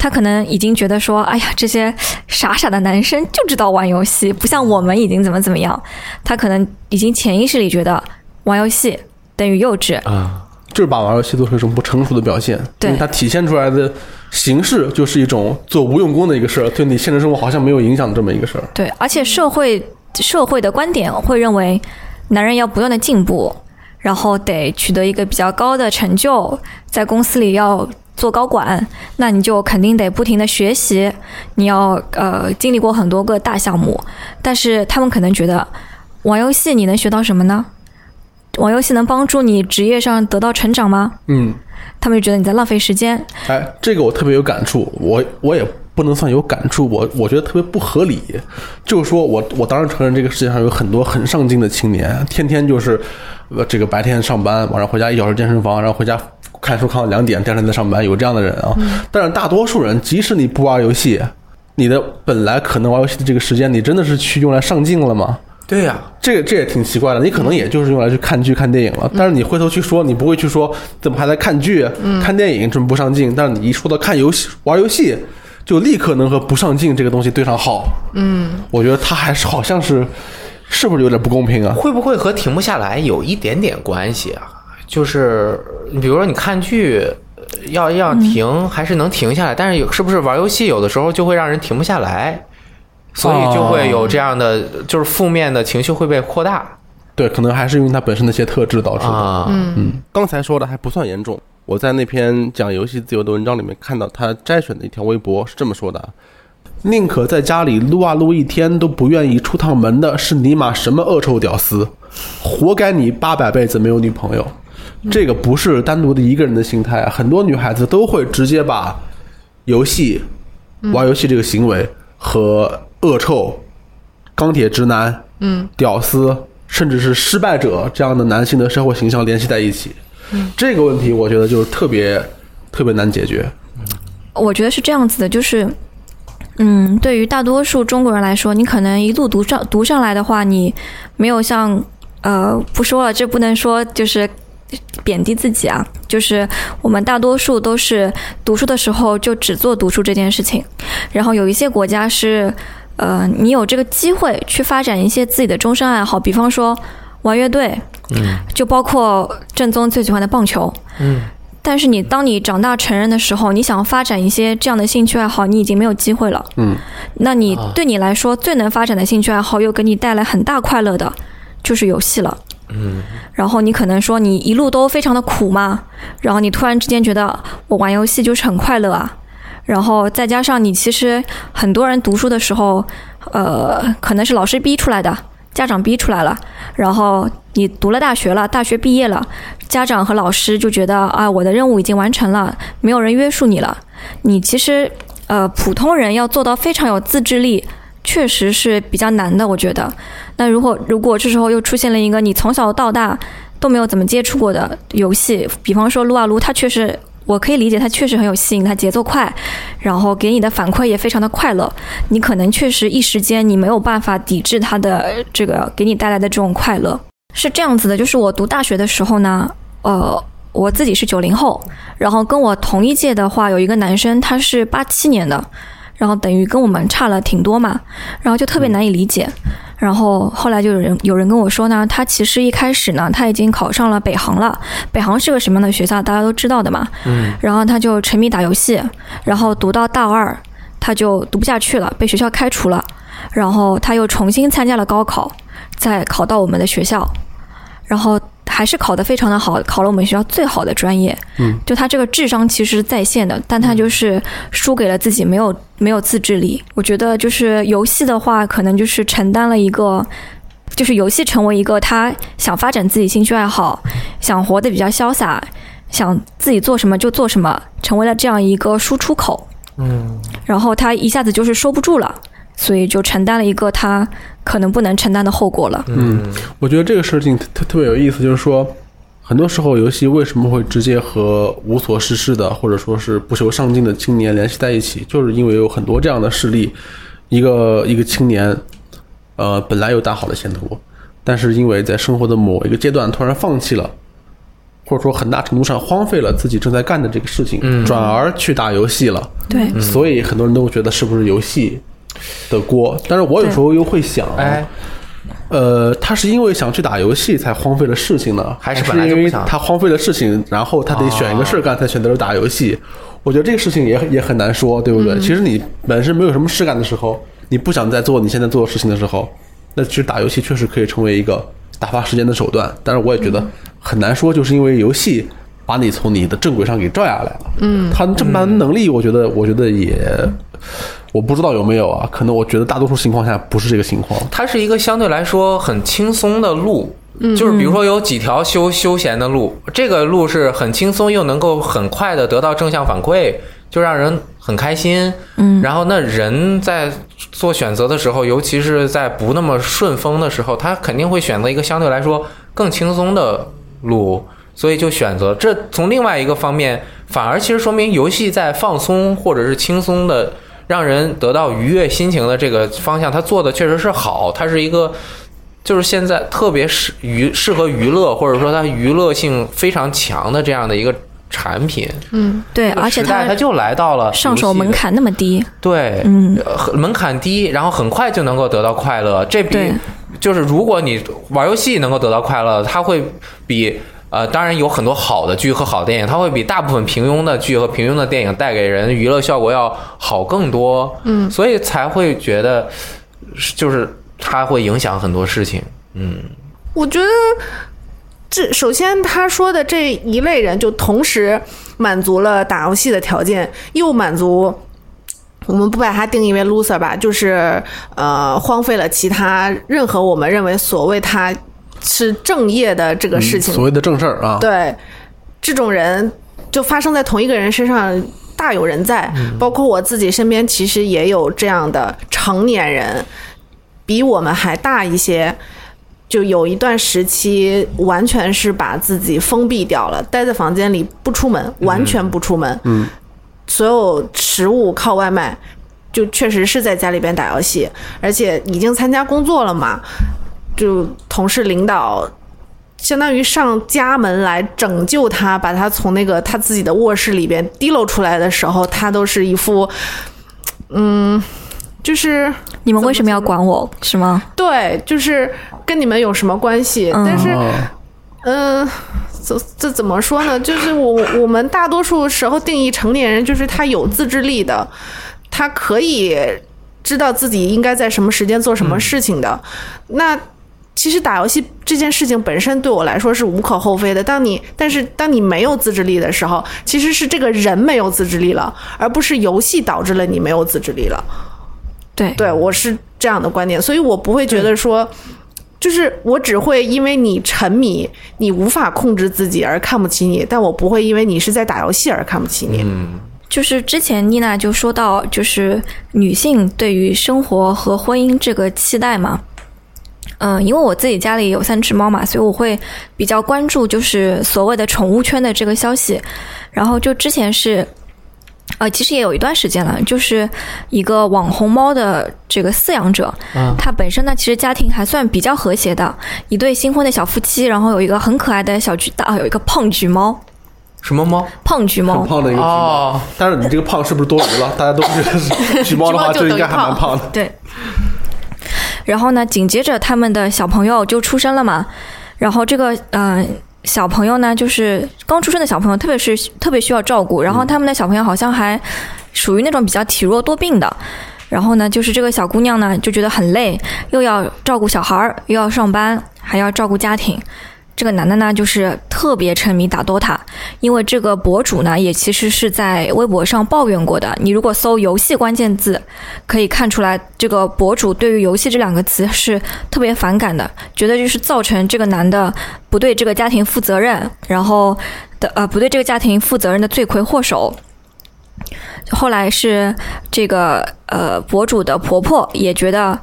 D: 他可能已经觉得说，哎呀，这些傻傻的男生就知道玩游戏，不像我们已经怎么怎么样。他可能已经潜意识里觉得玩游戏等于幼稚，
C: 就是把玩游戏做成一种不成熟的表现，
D: 对
C: 因为它体现出来的形式就是一种做无用功的一个事儿，对你现实生活好像没有影响的这么一个事儿。
D: 对，而且社会社会的观点会认为，男人要不断的进步，然后得取得一个比较高的成就，在公司里要做高管，那你就肯定得不停的学习，你要呃经历过很多个大项目，但是他们可能觉得玩游戏你能学到什么呢？玩游戏能帮助你职业上得到成长吗？
C: 嗯，
D: 他们就觉得你在浪费时间，
C: 哎，这个我特别有感触，我我也不能算有感触，我我觉得特别不合理。就是说我我当然承认这个世界上有很多很上进的青年，天天就是呃这个白天上班，晚上回家一小时健身房，然后回家看书看到两点，第二天再上班，有这样的人啊。但是大多数人，即使你不玩游戏，你的本来可能玩游戏的这个时间，你真的是去用来上进了吗？
F: 对呀、
C: 这个这也挺奇怪的，你可能也就是用来去看剧、看电影了，但是你回头去说，你不会去说怎么还在看剧、看电影这么不上进，但是你一说到看游戏、玩游戏，就立刻能和不上进这个东西对上号。嗯，我觉得他还是好像是，是不是有点不公平啊？
F: 会不会和停不下来有一点点关系啊？就是你比如说你看剧，呃要要停、还是能停下来，但是有是不是玩游戏有的时候就会让人停不下来，所以就会有这样的、就是负面的情绪会被扩大
C: 对，可能还是因为它本身的一些特质导致的。
F: 啊。
C: 刚才说的还不算严重。我在那篇讲游戏自由的文章里面看到他摘选的一条微博是这么说的啊：宁可在家里撸啊撸一天都不愿意出趟门的是尼玛什么恶臭屌丝，活该你八百辈子没有女朋友。这个不是单独的一个人的心态啊，很多女孩子都会直接把游戏、玩游戏这个行为和恶臭、钢铁直男、嗯，屌丝，甚至是失败者这样的男性的社会形象联系在一起。这个问题我觉得就是特别特别难解决。
D: 我觉得是这样子的，就是，嗯，对于大多数中国人来说，你可能一路读上读上来的话，你没有像呃不说了，这不能说就是贬低自己啊，就是我们大多数都是读书的时候就只做读书这件事情，然后有一些国家是，呃，你有这个机会去发展一些自己的终身爱好，比方说玩乐队，嗯，就包括正宗最喜欢的棒球，但是你当你长大成人的时候，你想发展一些这样的兴趣爱好，你已经没有机会了。
C: 嗯，
D: 那你对你来说最能发展的兴趣爱好，又给你带来很大快乐的，就是游戏了。嗯，然后你可能说你一路都非常的苦嘛，然后你突然之间觉得我玩游戏就是很快乐啊，然后再加上你其实很多人读书的时候，呃，可能是老师逼出来的，家长逼出来了，然后你读了大学了，大学毕业了，家长和老师就觉得啊，我的任务已经完成了，没有人约束你了。你其实呃，普通人要做到非常有自制力，确实是比较难的，我觉得。那如果如果这时候又出现了一个你从小到大都没有怎么接触过的游戏，比方说撸啊撸，它确实我可以理解，它确实很有吸引，它节奏快，然后给你的反馈也非常的快乐。你可能确实一时间你没有办法抵制它的这个给你带来的这种快乐。是这样子的，就是我读大学的时候呢，呃，我自己是九零后，然后跟我同一届的话有一个男生，他是八七年的，然后等于跟我们差了挺多嘛，然后就特别难以理解。然后后来就有人有人跟我说呢，他其实一开始呢，他已经考上了北航了。北航是个什么样的学校，大家都知道的嘛。嗯。然后他就沉迷打游戏，然后读到大二，他就读不下去了，被学校开除了。然后他又重新参加了高考，再考到我们的学校，然后还是考得非常的好，考了我们学校最好的专业。嗯。就他这个智商其实在线的，但他就是输给了自己，没有没有自制力。我觉得就是游戏的话，可能就是承担了一个，就是游戏成为一个他想发展自己兴趣爱好，想活得比较潇洒，想自己做什么就做什么，成为了这样一个输出口。嗯，然后他一下子就是收不住了，所以就承担了一个他可能不能承担的后果了。
C: 我觉得这个事情特特特别有意思，就是说，很多时候游戏为什么会直接和无所事事的，或者说是不求上进的青年联系在一起，就是因为有很多这样的事例，一个一个青年，呃，本来有大好的前途，但是因为在生活的某一个阶段突然放弃了。或者说，很大程度上荒废了自己正在干的这个事情，转而去打游戏了。
D: 对，
C: 所以很多人都会觉得是不是游戏的锅？但是我有时候又会想，
B: 哎，
C: 呃，他是因为想去打游戏才荒废了事情呢，
B: 还是
C: 是
B: 本来就
C: 因
B: 不
C: 为
B: 想哦
C: 他荒废了事情，然后他得选一个事儿干，才选择了打游戏？我觉得这个事情也也很难说，对不对？其实你本身没有什么事干的时候，你不想再做你现在做的事情的时候，那其实打游戏确实可以成为一个打发时间的手段。但是我也觉得很难说，就是因为游戏。把你从你的正轨上给拽下来了，嗯，他这么大的能力，我觉得，我觉得也，我不知道有没有啊，可能我觉得大多数情况下不是这个情况，
B: 它是一个相对来说很轻松的路，就是比如说有几条休休闲的路，这个路是很轻松又能够很快的得到正向反馈，就让人很开心。嗯，然后那人在做选择的时候，尤其是在不那么顺风的时候，他肯定会选择一个相对来说更轻松的路。所以就选择这从另外一个方面，反而其实说明游戏在放松或者是轻松的，让人得到愉悦心情的这个方向，它做的确实是好，它是一个就是现在特别适娱适合娱乐或者说它娱乐性非常强的这样的一个产品，
D: 对，嗯而且
B: 时代
D: 他
B: 它就来到了
D: 上手
B: 游戏的
D: 门槛那么低，
B: 对，
D: 嗯
B: 呃，很门槛低，然后很快就能够得到快乐，这比
D: 对
B: 就是如果你玩游戏能够得到快乐，它会比呃，当然有很多好的剧和好电影，它会比大部分平庸的剧和平庸的电影带给人娱乐效果要好更多，嗯，所以才会觉得是就是它会影响很多事情，
E: 我觉得这首先他说的这一类人，就同时满足了打游戏的条件，又满足。我们不把它定义为 loser 吧，就是呃荒废了其他任何我们认为所谓他是正业的这个事
C: 嗯
E: 情
C: 所谓的正事儿啊，
E: 对，这种人就发生在同一个人身上大有人在，包括我自己身边，其实也有这样的成年人，比我们还大一些。就有一段时期，完全是把自己封闭掉了，待在房间里不出门，完全不出门。嗯，所有食物靠外卖，就确实是在家里边打游戏，而且已经参加工作了嘛，就同事领导相当于上家门来拯救他，把他从那个他自己的卧室里边提溜出来的时候，他都是一副，嗯，就是
D: 你们为什么要管我？是吗？
E: 对，就是跟你们有什么关系？
D: 嗯
E: 但是，
C: 哦
E: 嗯、这这怎么说呢？就是我我们大多数时候定义成年人，就是他有自制力的，他可以知道自己应该在什么时间做什么事情的。那其实打游戏这件事情本身对我来说是无可厚非的。当你但是当你没有自制力的时候，其实是这个人没有自制力了，而不是游戏导致了你没有自制力了。
D: 对，
E: 对我是这样的观点，所以我不会觉得说就是我只会因为你沉迷，你无法控制自己而看不起你，但我不会因为你是在打游戏而看不起你。
D: 就是之前妮娜就说到，就是女性对于生活和婚姻这个期待嘛。嗯，因为我自己家里有三只猫嘛，所以我会比较关注就是所谓的宠物圈的这个消息。然后就之前是，呃，其实也有一段时间了，就是一个网红猫的这个饲养者，他本身呢其实家庭还算比较和谐的，一对新婚的小夫妻，然后有一个很可爱的小橘大，有一个胖橘猫，
F: 什么猫？
D: 胖橘猫
C: 很，胖的一个橘猫。
F: 哦，
C: 但是你这个胖是不是多余了？大家都觉得是橘猫的话，
E: 橘猫
C: 就
E: 就等于
C: 应该还蛮胖的。
D: 对。然后呢，紧接着他们的小朋友就出生了嘛，然后这个嗯、呃小朋友呢，就是刚出生的小朋友，特别是特别需要照顾。然后他们的小朋友好像还属于那种比较体弱多病的。然后呢，就是这个小姑娘呢，就觉得很累，又要照顾小孩儿，又要上班，还要照顾家庭。这个男的呢，就是特别沉迷打 DOTA，因为这个博主呢，也其实是在微博上抱怨过的。你如果搜游戏关键字，可以看出来，这个博主对于“游戏”这两个词是特别反感的，觉得就是造成这个男的不对这个家庭负责任，然后的呃不对这个家庭负责任的罪魁祸首。后来是这个呃博主的婆婆也觉得。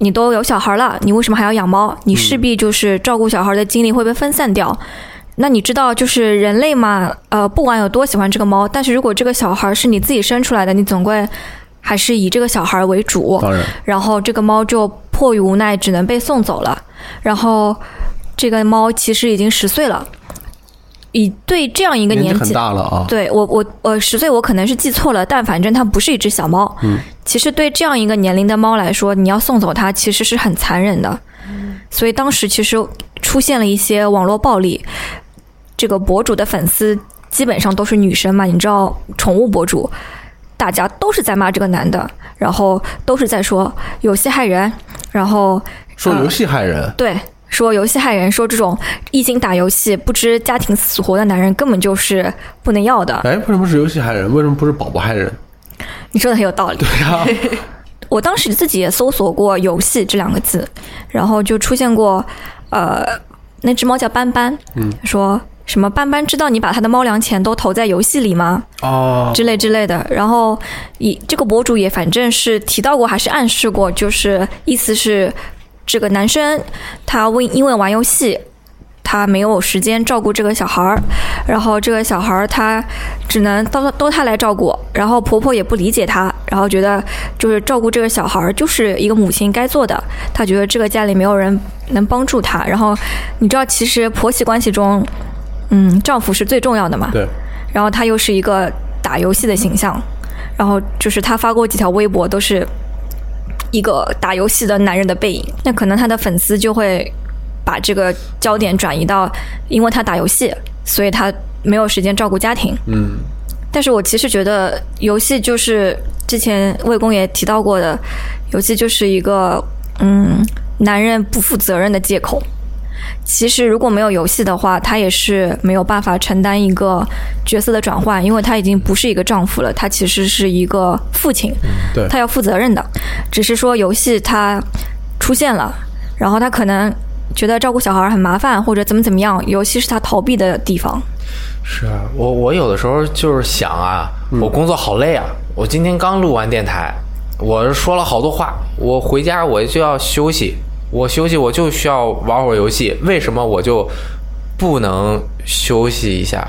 D: 你都有小孩了，你为什么还要养猫？你势必就是照顾小孩的精力会被分散掉。那你知道，就是人类嘛，呃，不管有多喜欢这个猫，但是如果这个小孩是你自己生出来的，你总归还是以这个小孩为主。
C: 当然，
D: 然后这个猫就迫于无奈，只能被送走了。然后这个猫其实已经十岁了，以对这样一个
C: 年纪
D: 年
C: 很
D: 纪，
C: 大了啊。
D: 对我我我十岁我可能是记错了，但反正它不是一只小猫。嗯，其实对这样一个年龄的猫来说，你要送走它其实是很残忍的。
C: 嗯
D: 所以当时其实出现了一些网络暴力，这个博主的粉丝基本上都是女生嘛，你知道宠物博主，大家都是在骂这个男的，然后都是在说游戏害人，然后
C: 说
D: 嗯
C: 游戏害人，
D: 对，说游戏害人，说这种一心打游戏不知家庭死活的男人根本就是不能要的。
C: 哎，为什么是游戏害人？为什么不是宝宝害人？
D: 你说的很有道理。
C: 对啊呀，
D: 我当时自己也搜索过“游戏”这两个字，然后就出现过，呃，那只猫叫斑斑，嗯，说什么斑斑知道你把他的猫粮钱都投在游戏里吗？
C: 哦，
D: 之类之类的。然后以这个博主也反正是提到过，还是暗示过，就是意思是这个男生他为因为玩游戏。他没有时间照顾这个小孩儿，然后这个小孩儿他只能都都他来照顾，然后婆婆也不理解他，然后觉得就是照顾这个小孩儿就是一个母亲该做的，她觉得这个家里没有人能帮助她，然后你知道其实婆媳关系中，嗯，丈夫是最重要的嘛，
C: 对，
D: 然后他又是一个打游戏的形象，然后就是他发过几条微博都是一个打游戏的男人的背影，那可能他的粉丝就会把这个焦点转移到，因为他打游戏，所以他没有时间照顾家庭。
C: 嗯，
D: 但是我其实觉得游戏就是之前魏公也提到过的，游戏就是一个嗯男人不负责任的借口。其实如果没有游戏的话，他也是没有办法承担一个角色的转换，因为他已经不是一个丈夫了，他其实是一个父亲，
C: 对
D: 他要负责任的。只是说游戏它出现了，然后他可能觉得照顾小孩很麻烦，或者怎么怎么样，游戏是他逃避的地方。
F: 是啊，我我有的时候就是想啊，我工作好累啊，我今天刚录完电台，我说了好多话，我回家我就要休息，我休息我就需要玩会儿游戏，为什么我就不能休息一下？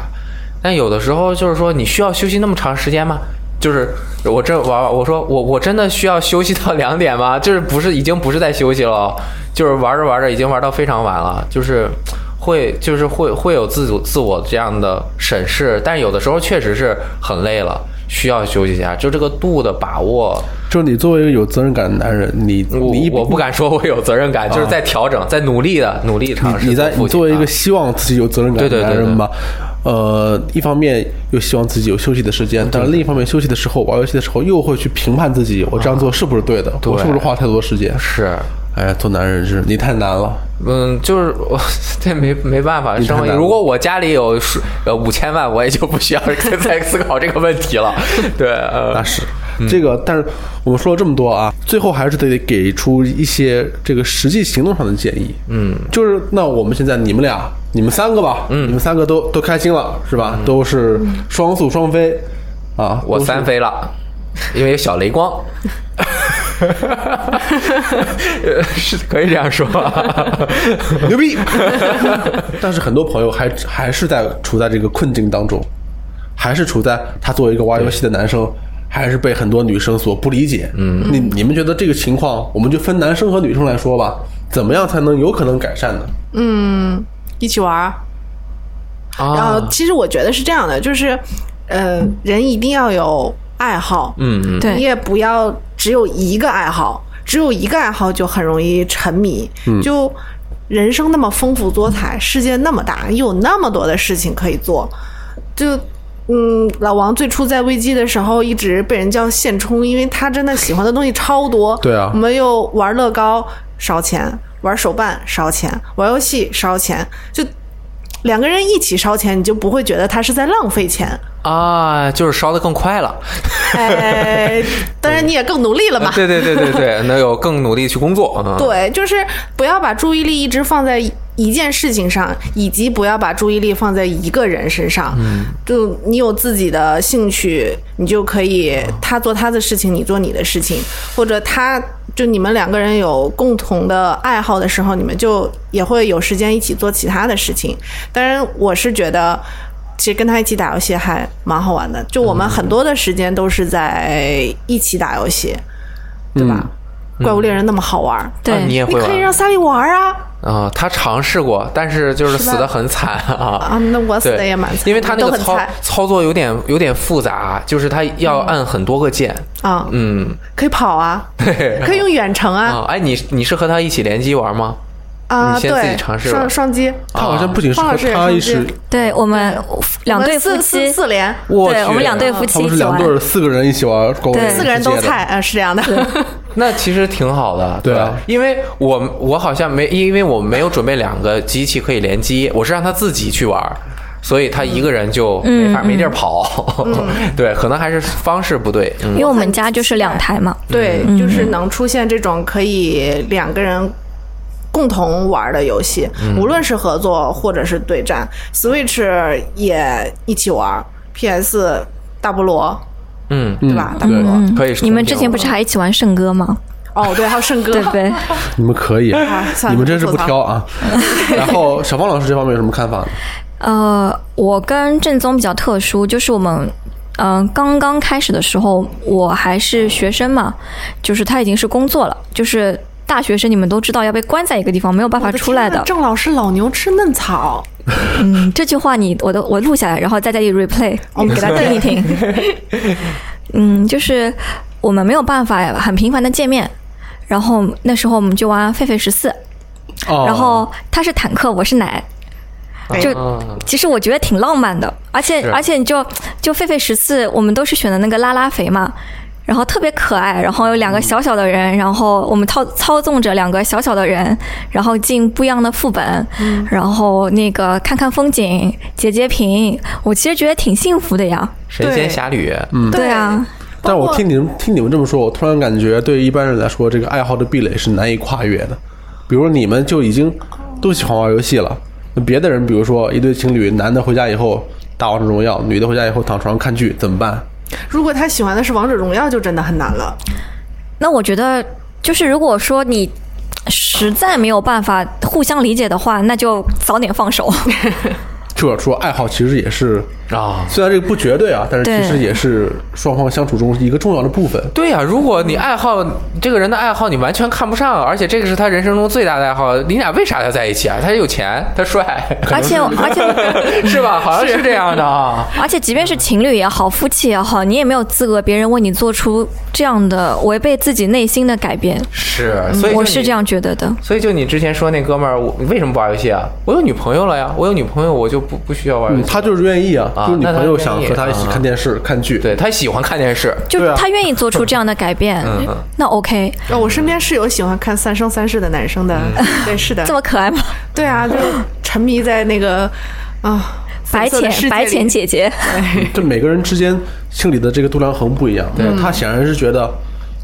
F: 但有的时候就是说，你需要休息那么长时间吗？就是我这玩玩，我说我我真的需要休息到两点吗？ <laughs> 就是不是已经不是在休息了，就是玩着玩着已经玩到非常晚了，就是会就是会会有自主自我这样的审视，但有的时候确实是很累了，需要休息一下，就这个度的把握。
C: 就是你作为一个有责任感的男人，你
F: 我
C: 你一
F: 我不敢说我有责任感，就是在调整，在努力的努力尝试
C: 你
F: 做
C: 在
F: 父亲啊。
C: 你作为一个希望自己有责任感
F: 对
C: 的
F: 对对
C: 男人
F: 对
C: 吧，呃，一方面又希望自己有休息的时间，但另一方面休息的时候玩游戏的时候又会去评判自己，我这样做是不是对的？我是不是花太多时间？
F: 是，
C: 哎呀，做男人是你太难了，
B: 嗯，就是我 <laughs> 这没没办法，
C: 你太
B: 生活
C: 难了
B: 如果我家里有数呃五千万，我也就不需要再再思考这个问题 <laughs> 了。对，呃
F: 嗯
C: 那是。这个，但是我们说了这么多啊，最后还是得给出一些这个实际行动上的建议。嗯，就是那我们现在你们俩，你们三个吧，嗯，你们三个都都开心了是
F: 嗯
C: 吧？都是双宿双飞啊，
B: 我
C: 都是
B: 三飞了，因为有小雷 <laughs> 光。呃是可以这 <laughs> 样说吧？
C: <laughs> 牛逼！但是很多朋友还还是在处在这个困境当中，还是处在他作为一个玩游戏的男生，还是被很多女生所不理解。嗯，你你们觉得这个情况，我们就分男生和女生来说吧，怎么样才能有可能改善呢？
E: 一起玩儿。然后
B: 啊，
E: 其实我觉得是这样的，就是，呃，人一定要有爱好，
B: 嗯嗯，
E: 你
D: 对，
E: 也不要只有一个爱好，只有一个爱好就很容易沉迷。
B: 嗯
E: 就人生那么丰富多彩，世界那么大，有那么多的事情可以做，就。嗯，老王最初在危机的时候一直被人叫现充，因为他真的喜欢的东西超多。
C: 对啊
E: 我们又玩乐高烧钱，玩手办烧钱，玩游戏烧钱，就两个人一起烧钱，你就不会觉得他是在浪费钱。
C: <laughs>
B: 啊，就是烧的更快了。
E: 哎，当然你也更努力了嘛。
B: 对对对对对，能有更努力去工作。嗯，
E: 对，就是不要把注意力一直放在一一件事情上，以及不要把注意力放在一个人身上。嗯，就你有自己的兴趣，你就可以他做他的事情，你做你的事情，或者他就你们两个人有共同的爱好的时候，你们就也会有时间一起做其他的事情。当然，我是觉得。其实跟他一起打游戏还蛮好玩的，就我们很多的时间都是在一起打游戏，对吧？怪物猎人那么好玩儿，
D: 对
B: 啊你也
E: 你
B: 会
E: 可以
B: 玩
E: 让萨利玩儿啊
B: 啊？他尝试过，但是就是
E: 失败
B: 死的很惨啊。
E: 啊！那我死的也蛮惨，
B: 因为他那
E: 都
B: 个
E: 很
B: 操
E: 菜
B: 操作有点有点复杂，就是他要按很多个键，
E: 啊，
B: 嗯，
E: 可以跑啊，
B: 对
E: 可以用远程啊
B: 啊，哎，你你是和他一起联机玩吗？
E: 啊，
B: 你先自己
E: 对，
B: 尝试吧
E: 双双击，
C: 他好像不仅是
E: 方
C: 和
E: 老师也
C: 他
E: 是
C: 一
E: 这
C: 起
E: 样，
D: 对我们两
E: 我们
D: 对夫
E: 四
D: 妻
E: 四，四连，
B: 我
D: 对
B: 去
D: 我们两对夫
C: 啊他
D: 妻
C: 们
D: 一
C: 是
D: 起
C: 两
D: 玩
C: 对，儿四个人一起玩狗
B: 嗯
D: 对
E: 四个人都菜，啊，是这样的。
B: 那其实挺好的，
C: 对啊
B: 吧因为我我好像没，因为我没有准备两个机器可以联机，我是让他自己去玩儿，所以他一个人就
E: 嗯
B: 没法、没地儿跑， <laughs> 对，可能还是方式不对，嗯
D: 因为我们家就是两台嘛，
E: <laughs> 对，就是能出现这种可以两个人共同玩的游戏，
B: 嗯
E: 无论是合作或者是对战，Switch 也一起玩，PS 大菠萝
B: 嗯，
E: 对吧？大菠
C: 对
E: 萝，
B: 可以是同屏。
D: 你们之前不是还一起玩圣歌吗？
E: 哦对，还有圣哥，
D: 对不
E: <laughs>
D: 对？
C: 你们可以，
E: 算了
C: 你们真是不
E: 吐槽
C: 挑啊。然后小芳老师这方面有什么看法呢？
D: 呃，我跟正宗比较特殊，就是我们。嗯，刚刚开始的时候，我还是学生嘛，就是他已经是工作了，就是大学生，你们都知道要被关在一个地方，没有办法出来的。
E: 啊郑老师老牛吃嫩草，
D: 嗯，这句话你我都我录下来，然后在家里 replay，
E: <laughs> 哦
D: 给大家听一听。
E: <laughs>
D: 嗯，就是我们没有办法很频繁的见面，然后那时候我们就玩狒狒十四，
C: 哦，
D: 然后他是坦克，我是奶。就其实我觉得挺浪漫的，而且而且你就就狒狒十四，我们都是选的那个拉拉肥嘛，然后特别可爱，然后有两个小小的人，然后我们操操纵着两个小小的人，然后进不一样的副本，然后那个看看风景，解解屏，我其实觉得挺幸福的呀。
B: 神仙侠侣，
E: 嗯
D: 对啊，
C: 但
E: 包
C: 我
E: 括
C: 听你们听你们这么说，我突然感觉对一般人来说，这个爱好的壁垒是难以跨越的。比如你们就已经都喜欢玩游戏了，那别的人，比如说一对情侣，男的回家以后打王者荣耀，女的回家以后躺床上看剧，怎么办？
E: 如果他喜欢的是王者荣耀，就真的很难了。
D: 那我觉得就是如果说你。实在没有办法互相理解的话，那就早点放手。
C: 或者说，爱好其实也是
B: 啊
C: 虽然这个不绝对啊，但是
D: 对
C: 其实也是双方相处中一个重要的部分。
B: 对呀、如果你爱好这个人的爱好，你完全看不上，而且这个是他人生中最大的爱好，你俩为啥要在一起啊？他有钱，他帅，
D: 而且而
B: <laughs>
D: 且
B: 是吧？好像是这样的啊。
D: 而且，即便是情侣也好，夫妻也好，你也没有资格别人为你做出这样的违背自己内心的改变。
B: 是，所以
D: 我
B: 就你
D: 是这。样觉得的。
B: 所以就你之前说那哥们儿，我你为什么不玩游戏啊？我有女朋友了呀，我有女朋友，我就不不需要玩游
C: 嗯，
B: 戏。
C: 他就是愿意啊，
B: 啊
C: 就是你
B: 那他
C: 朋友
B: 愿
C: 想
B: 意啊
C: 和他一起看电视、看剧，
B: 对他喜欢看电视，
D: 就
C: 对啊
D: 他愿意做出这样的改变，
B: 嗯
D: <laughs> 那 OK，
E: 呃我身边是有喜欢看《三生三世》的男生的，对，是的
D: 这，么可爱吗？
E: 对啊，就沉迷在那个啊，
D: 白
E: 粉色的世界
D: 浅白
E: 里
D: 浅姐
E: <laughs>
D: 姐，
C: 这嗯每个人之间心里的这个度量衡不一样。对，他显然是觉得，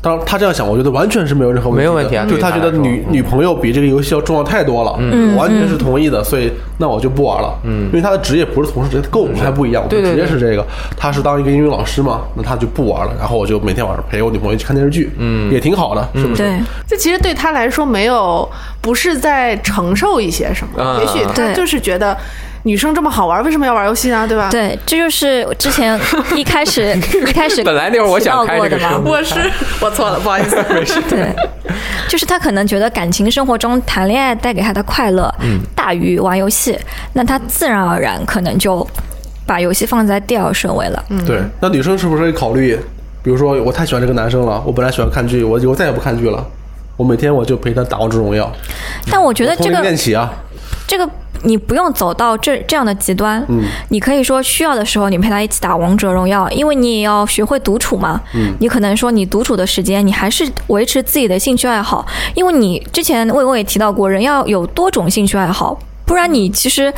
C: 当然他这样想，我觉得完全是没有任何问题
B: 没
C: 的，
B: 有问题啊
C: 就
B: 对于他
C: 觉得
B: 来说
C: 女女朋友比这个游戏要重要太多了，嗯，完全是同意的，所以那我就不玩了，嗯，因为他的职业不是同事，职业跟我们还不一样，我们
B: 嗯对
C: 职
B: 对
C: 业是这个，他是当一个英语老师嘛，那他就不玩了，然后我就每天晚上陪我女朋友一起看电视剧，嗯，也挺好的，是不是？
D: 对，
E: 这其实对他来说没有，不是在承受一些什么，
B: 嗯
E: 也许他
D: 对
E: 就是觉得女生这么好玩，为什么要玩游戏呢？对
D: <laughs>
E: 吧？，
D: 对，这就是之前一
B: <laughs>
D: 开始一开始
B: 本来那会儿我想
D: 提到
B: 开
D: 过
B: 这个
D: 的
B: 车
D: 嘛，
E: 我是我错了，不好意思。
D: 对，就是他可能觉得感情生活中谈恋爱带给他的快乐
B: 嗯
D: 大于玩游戏，那他自然而然可能就把游戏放在第二顺位了。
B: 嗯
C: 对，那女生是不是也考虑，比如说我太喜欢这个男生了，我本来喜欢看剧，我以后再也不看剧了。我每天我就陪他打王者荣耀，
D: 但我觉得这
C: 从零练
D: 个
C: 起啊，
D: 这个你不用走到这这样的极端，你可以说需要的时候你陪他一起打王者荣耀，因为你也要学会独处嘛。你可能说你独处的时间，你还是维持自己的兴趣爱好，因为你之前魏巍也提到过，人要有多种兴趣爱好，不然你其实。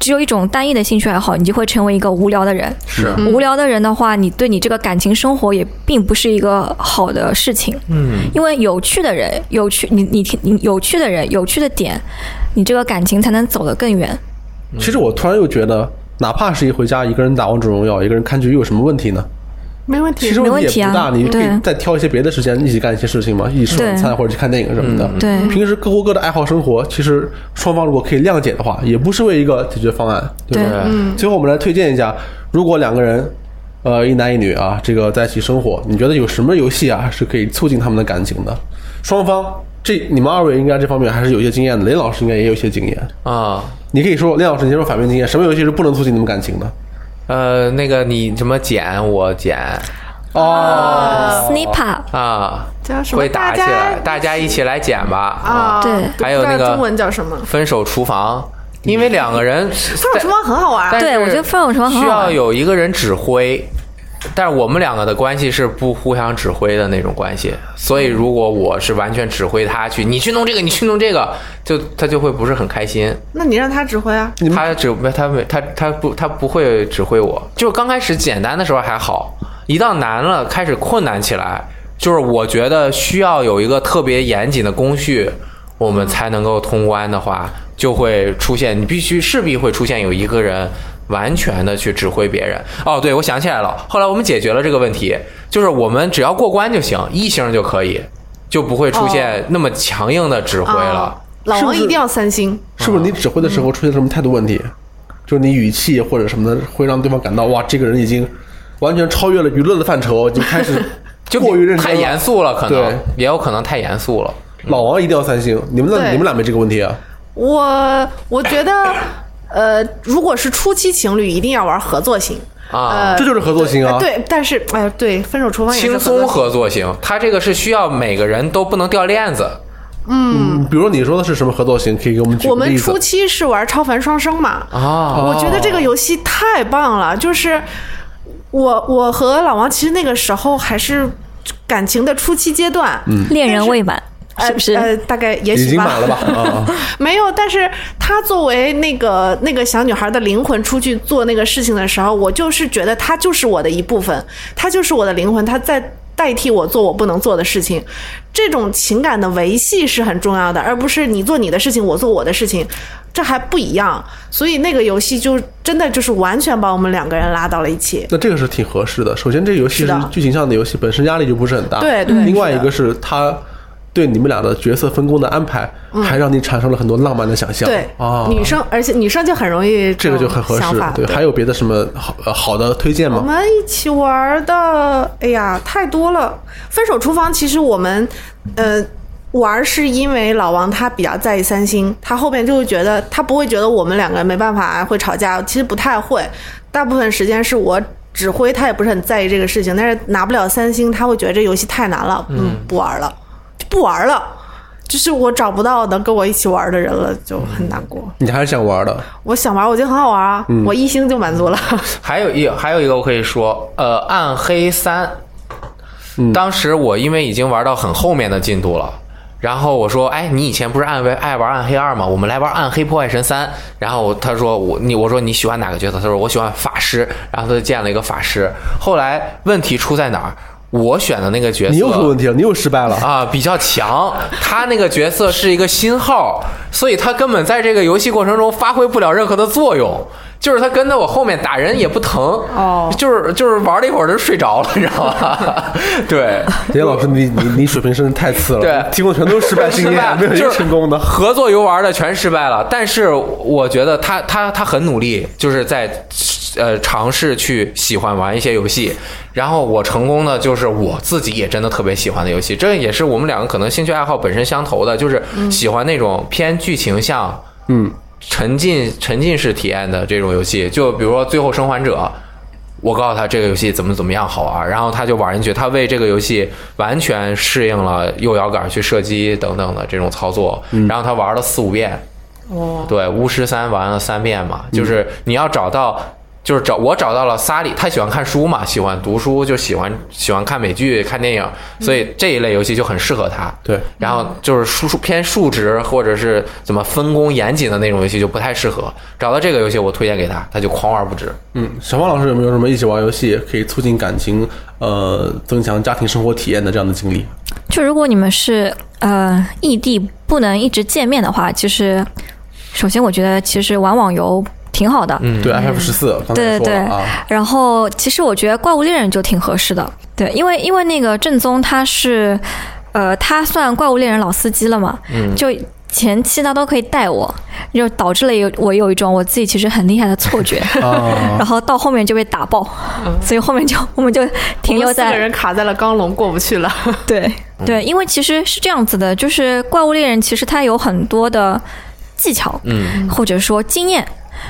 D: 只有一种单一的兴趣爱好，你就会成为一个无聊的人。
B: 是
D: 无聊的人的话，你对你这个感情生活也并不是一个好的事情。嗯，因为有趣的人，有趣，你你你有趣的人，有趣的点，你这个感情才能走得更远。
C: 其实我突然又觉得，哪怕是一回家一个人打王者荣耀，一个人看剧，又有什么问题呢？
E: 没问
C: 其
E: 题
C: 实，问
D: 没问
C: 题
D: 题
C: 也
D: 啊
C: 不大，你可以
D: 对
C: 再挑一些别的时间一起干一些事情嘛，一起吃晚餐
D: 对嗯
C: 或者去看电影什么的。
D: 对
C: 平时各过各的爱好生活，其实双方如果可以谅解的话，也不失为一个解决方案，对不
D: 对嗯
C: 对？最后我们来推荐一下，如果两个人。呃，一男一女啊，这个在一起生活，你觉得有什么游戏啊是可以促进他们的感情的？双方这你们二位应该这方面还是有一些经验的，雷老师应该也有一些经验。
B: 啊。
C: 你可以说，练老师，你先说反面经验，什么游戏是不能促进你们感情
E: 啊
C: 的？
B: 呃，那个你什么剪我剪
C: 哦，
D: Sniper，
B: 啊，
E: 叫什么
B: 会打起来
E: 大家，
B: 大家一起来剪吧
E: 啊，
D: 对
E: 不
B: 还有
E: 知道
B: 那个
E: 中文叫什么？
B: 分手厨房，因为两个人分
E: 分手厨房很好玩，啊
B: 但
D: 对
B: 是
D: 我觉得分手厨房很
B: 需
D: 好
B: 要
D: 玩
B: 有一个人指挥，但是我们两个的关系是不互相指挥的那种关系，所以如果我是完全指挥他去，你去弄这个，你去弄这个，就他就会不是很开心。
E: 那你让他指挥啊。
B: 他指不他没他他不他不会指挥我，就是刚开始简单的时候还好，一到难了开始困难起来，就是我觉得需要有一个特别严谨的工序，我们才能够通关的话，就会出现你必须势必会出现有一个人完全的去指挥别人。哦，对，我想起来了，后来我们解决了这个问题，就是我们只要过关就行，一星就可以，就不会出现那么强硬的指挥了
E: 啊。，老
C: 是不
E: 王
C: 是
E: 一定要三星。
C: 是不是你指挥的时候出现什么态度问题？就是你语气或者什么的，会让对方感到哇，这个人已经完全超越了娱乐的范畴，已经开
E: <laughs>
C: 始
B: 就
C: 过于认真了，
B: 太严肃了，可
C: 对
B: 能也有可能太严肃了。
C: 老王一定要三星，你们那
E: 对
C: 你们俩没这个问题啊？
E: 我我觉得，呃，如果是初期情侣，一定要玩合作型
B: 啊
E: 呃
C: 这就是合作型啊
E: 对，对但是哎呀，对，分手厨房也是
B: 轻
E: 作
B: 松
E: 型
B: 合作型，他这个是需要每个人都不能掉链子。
C: 嗯，比如说你说的是什么合作型，可以给我们举
E: 我
C: 个
E: 们
C: 例子
E: 初。期是玩超凡双生嘛，
B: 啊
E: 我觉得这个游戏太棒了，就是我我和老王其实那个时候还是感情的初期阶段，嗯，
D: 恋人未满，是不
E: 呃呃
D: 是？
E: 大概也
C: 已
E: 许
C: 经
E: 吧，
C: 买了吧？啊，
E: 没有，但是她作为那个那个小女孩的灵魂出去做那个事情的时候，我就是觉得她就是我的一部分，她就是我的灵魂，她在代替我做我不能做的事情。这种情感的维系是很重要的，而不是你做你的事情，我做我的事情，这还不一样。所以那个游戏就真的就是完全把我们两个人拉到了一起。
C: 那这个是挺合适的。首先，这个游戏
E: 是
C: 是
E: 的
C: 剧情上的游戏，本身压力就不是很大。
E: 对对
C: 另外
E: 是
C: 一
E: 的
C: 个是它对你们俩的角色分工的安排，还让你产生了很多浪漫的想象。
E: 嗯对，
C: 啊，
E: 女生，而且女生就很容易
C: 这个就很合
E: 种想
C: 适
E: 法。
C: 对，还有别的什么好呃好的推荐
E: 我
C: 吗？
E: 们一起玩的，哎呀，太多了。分手厨房其实我们，呃，玩是因为老王他比较在意三星，他后边就会觉得他不会觉得我们两个人没办法会吵架，其实不太会，大部分时间是我。指挥他也不是很在意这个事情，但是拿不了三星，他会觉得这游戏太难了，嗯，不玩了，就不玩了。就是我找不到能跟我一起玩的人了，就很难过。
C: 你还是想玩的，
E: 我想玩，我觉得很好玩啊，我一星就满足了。
B: 还有一还有一个我可以说，呃，《暗黑三》，
C: 嗯
B: 当时我因为已经玩到很后面的进度了，然后我说，哎，你以前不是爱玩爱玩《暗黑二》吗？我们来玩《暗黑破坏神三》。然后他说我你我说你喜欢哪个角色？他说我喜欢法师。然后他就建了一个法师。后来问题出在哪儿？我选的那个角色，
C: 你又出问题了，你又失败了。
B: 啊，比较强。他那个角色是一个新号，所以他根本在这个游戏过程中发挥不了任何的作用。就是他跟在我后面打人也不疼，
E: 哦
B: 就是就是玩了一会儿就睡着了，你知道吧？ <laughs> 对，
C: 严老师，你你你水平真是太次了，
B: 对
C: 提供全都是失败经
B: <laughs> 失败
C: 验，没有一
B: 就
C: 个
B: 是
C: 成功的。
B: 合作游玩的全失败了。但是我觉得他他他很努力，就是在呃尝试去喜欢玩一些游戏。然后我成功的就是我自己也真的特别喜欢的游戏，这也是我们两个可能兴趣爱好本身相投的，就是喜欢那种偏剧情向、
C: 嗯，
B: 沉浸沉浸式体验的这种游戏。就比如说《最后生还者》。我告诉他这个游戏怎么怎么样好玩，然后他就玩进去。他为这个游戏完全适应了右摇杆去射击等等的这种操作，然后他玩了四五遍。
E: 哦，
B: 对，巫师三玩了三遍嘛，就是你要找到，就是找我找到了萨里，他喜欢看书嘛，喜欢读书，就喜欢喜欢看美剧、看电影，所以这一类游戏就很适合他。
C: 对，
B: 然后就是数数偏数值或者是怎么分工严谨的那种游戏就不太适合。找到这个游戏，我推荐给他，他就狂玩不止。
C: 嗯，小芳老师有没有什么一起玩游戏可以促进感情、呃，增强家庭生活体验的这样的经历？
D: 就如果你们是呃异地不能一直见面的话，其实首先我觉得其实玩网游挺好的，
C: 对，FF 十四刚才也
D: 对
C: 说
D: 对
C: 了啊，
D: 然后其实我觉得怪物猎人就挺合适的，对，因为因为那个正宗他是呃他算怪物猎人老司机了嘛，就。前期他都可以带我，就导致了有我有一种我自己其实很厉害的错觉， <laughs> 然后到后面就被打爆， <laughs> 所以后面就我们就停
E: 嗯我
D: 留
E: 们四
D: 在
E: 个人卡在了钢龙过不去了。
D: 对对，因为其实是这样子的，就是怪物猎人其实它有很多的技巧，嗯，或者说经验。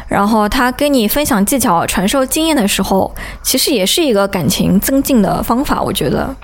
D: 然后他跟你分享技巧、传授经验的时候，其实也是一个感情增进的方法，我觉得。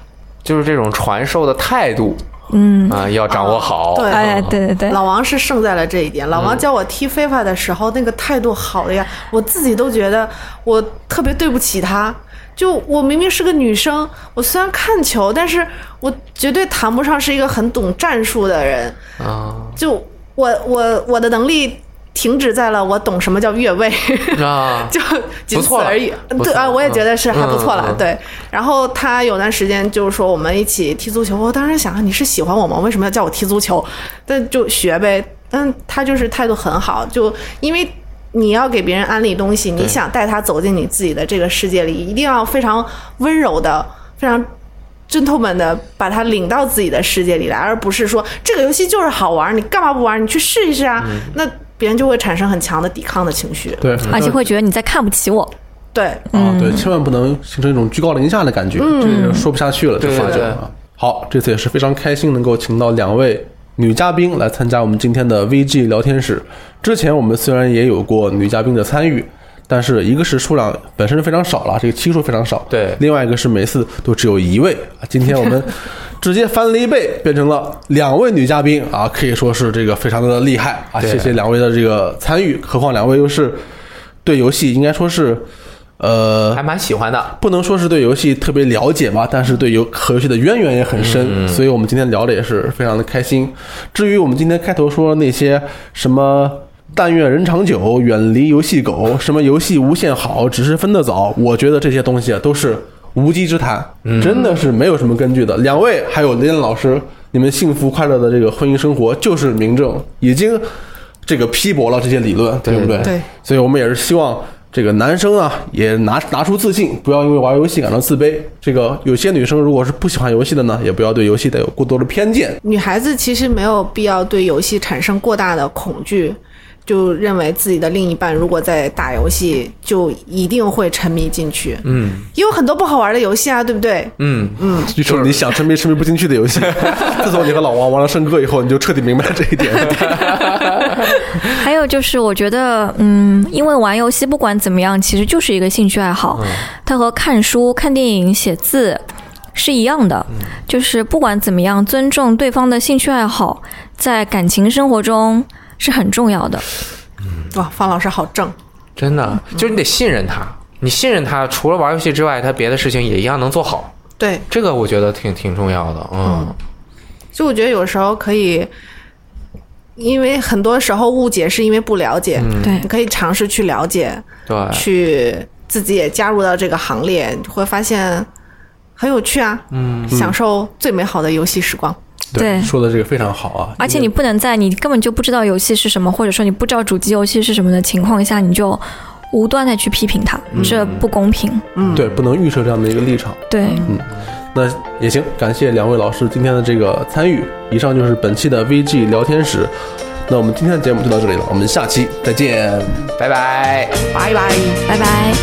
B: 就是这种传授的态度，
D: 嗯，
B: 啊、要掌握好。
E: 对
D: 哎，对对嗯对，
E: <laughs> 老王是胜在了这一点。老王教我踢非法的时候，那个态度好的呀，我自己都觉得我特别对不起他。就我明明是个女生，我虽然看球，但是我绝对谈不上是一个很懂战术的人。
B: 啊
E: 就我我我的能力停止在了我懂什么叫越位。 <laughs>
B: 啊，
E: 就仅
B: 不
E: 此
B: 错了
E: 而已。
B: 不
E: 对
B: 错
E: 啊，
B: 了
E: 我也觉得是
B: 嗯
E: 还不错了。
B: 嗯嗯
E: 对，然后他有段时间就是说我们一起踢足球，我当时想啊，你是喜欢我吗？为什么要叫我踢足球？但就学呗。但他就是态度很好，就因为。你要给别人安利东西，你想带他走进你自己的这个世界里，一定要非常温柔的、非常 gentleman 的把他领到自己的世界里来，而不是说这个游戏就是好玩，你干嘛不玩？你去试一试啊！
B: 嗯
E: 那别人就会产生很强的抵抗的情绪。
C: 对，
D: 而且会嗯觉得你在看不起我。
E: 对，
C: 啊，对，千万不能形成一种居高临下的感觉，
D: 嗯
C: 这个人说不下去了，就
B: 对
C: 发
B: 对
C: 觉
B: 对
C: 了啊。好，这次也是非常开心能够请到两位女嘉宾来参加我们今天的 VG 聊天室。之前我们虽然也有过女嘉宾的参与。但是一个是数量本身非常少了，这个期数非常少。
B: 对
C: 另外一个是每次都只有一位。啊今天我
B: <laughs>
C: 们直接翻了一倍，变成了两位女嘉宾啊，可以说是这个非常的厉害啊！
B: 对
C: 谢谢两位的这个参与，何况两位又是对游戏应该说是呃
B: 还蛮喜欢的。
C: 不能说是对游戏特别了解吧，但是对游和游戏的渊源也很深，所以我们今天聊的也是非常的开心。至于我们今天开头说那些什么。但愿人长久，远离游戏狗。什么游戏无限好，只是分得早。我觉得这些东西啊都是无稽之谈，真的是没有什么根据的。两位还有雷恩老师，你们幸福快乐的这个婚姻生活就是明证，已经这个批驳了这些理论，对不对？
E: 对
C: 所以我们也是希望这个男生啊，也拿拿出自信，不要因为玩游戏感到自卑。这个有些女生如果是不喜欢游戏的呢，也不要对游戏带有过多的偏 <laughs> 见。
E: 女孩子其实没有必要对游戏产生过大的恐惧，就认为自己的另一半如果在打游戏，就一定会沉迷进去。嗯，也有很多不好玩的游戏啊，对不对？
B: 嗯，
C: 就说你想沉迷沉迷不进去的游 <laughs> 戏，自从你和老王玩了圣歌以后，你就彻底明白这一点。
D: 还有就是，我觉得，嗯，因为玩游戏不管怎么样，其实就是一个兴趣爱好，它和看书、看电影、写字。是一样的，就是不管怎么样，尊重对方的兴趣爱好，在感情生活中是很重要的。
E: 哇，方老师好正，
F: 真的，就是你得信任他，你信任他，除了玩游戏之外，他别的事情也一样能做好。
E: 对，
F: 这个我觉得挺挺重要的，嗯，
E: 就我觉得有时候可以，因为很多时候误解是因为不了解，
D: 对
E: 你，可以尝试去了解，
F: 对，
E: 去自己也加入到这个行列，你会发现很有趣啊，嗯，享受最美好的游戏时光。
D: 对哎
C: 说的这个非常好啊，
D: 而且你不能在你根本就不知道游戏是什么，或者说你不知道主机游戏是什么的情况下，你就无端的去批评他，这不公平。
C: 对不能预设这样的一个立场。
D: 对，
C: 那也行，感谢两位老师今天的这个参与。以上就是本期的 VG 聊天室，那我们今天的节目就到这里了，我们下期再见。
F: 拜拜。
E: 拜拜。
D: 拜拜。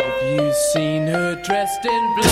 G: Have you seen her dressed in black?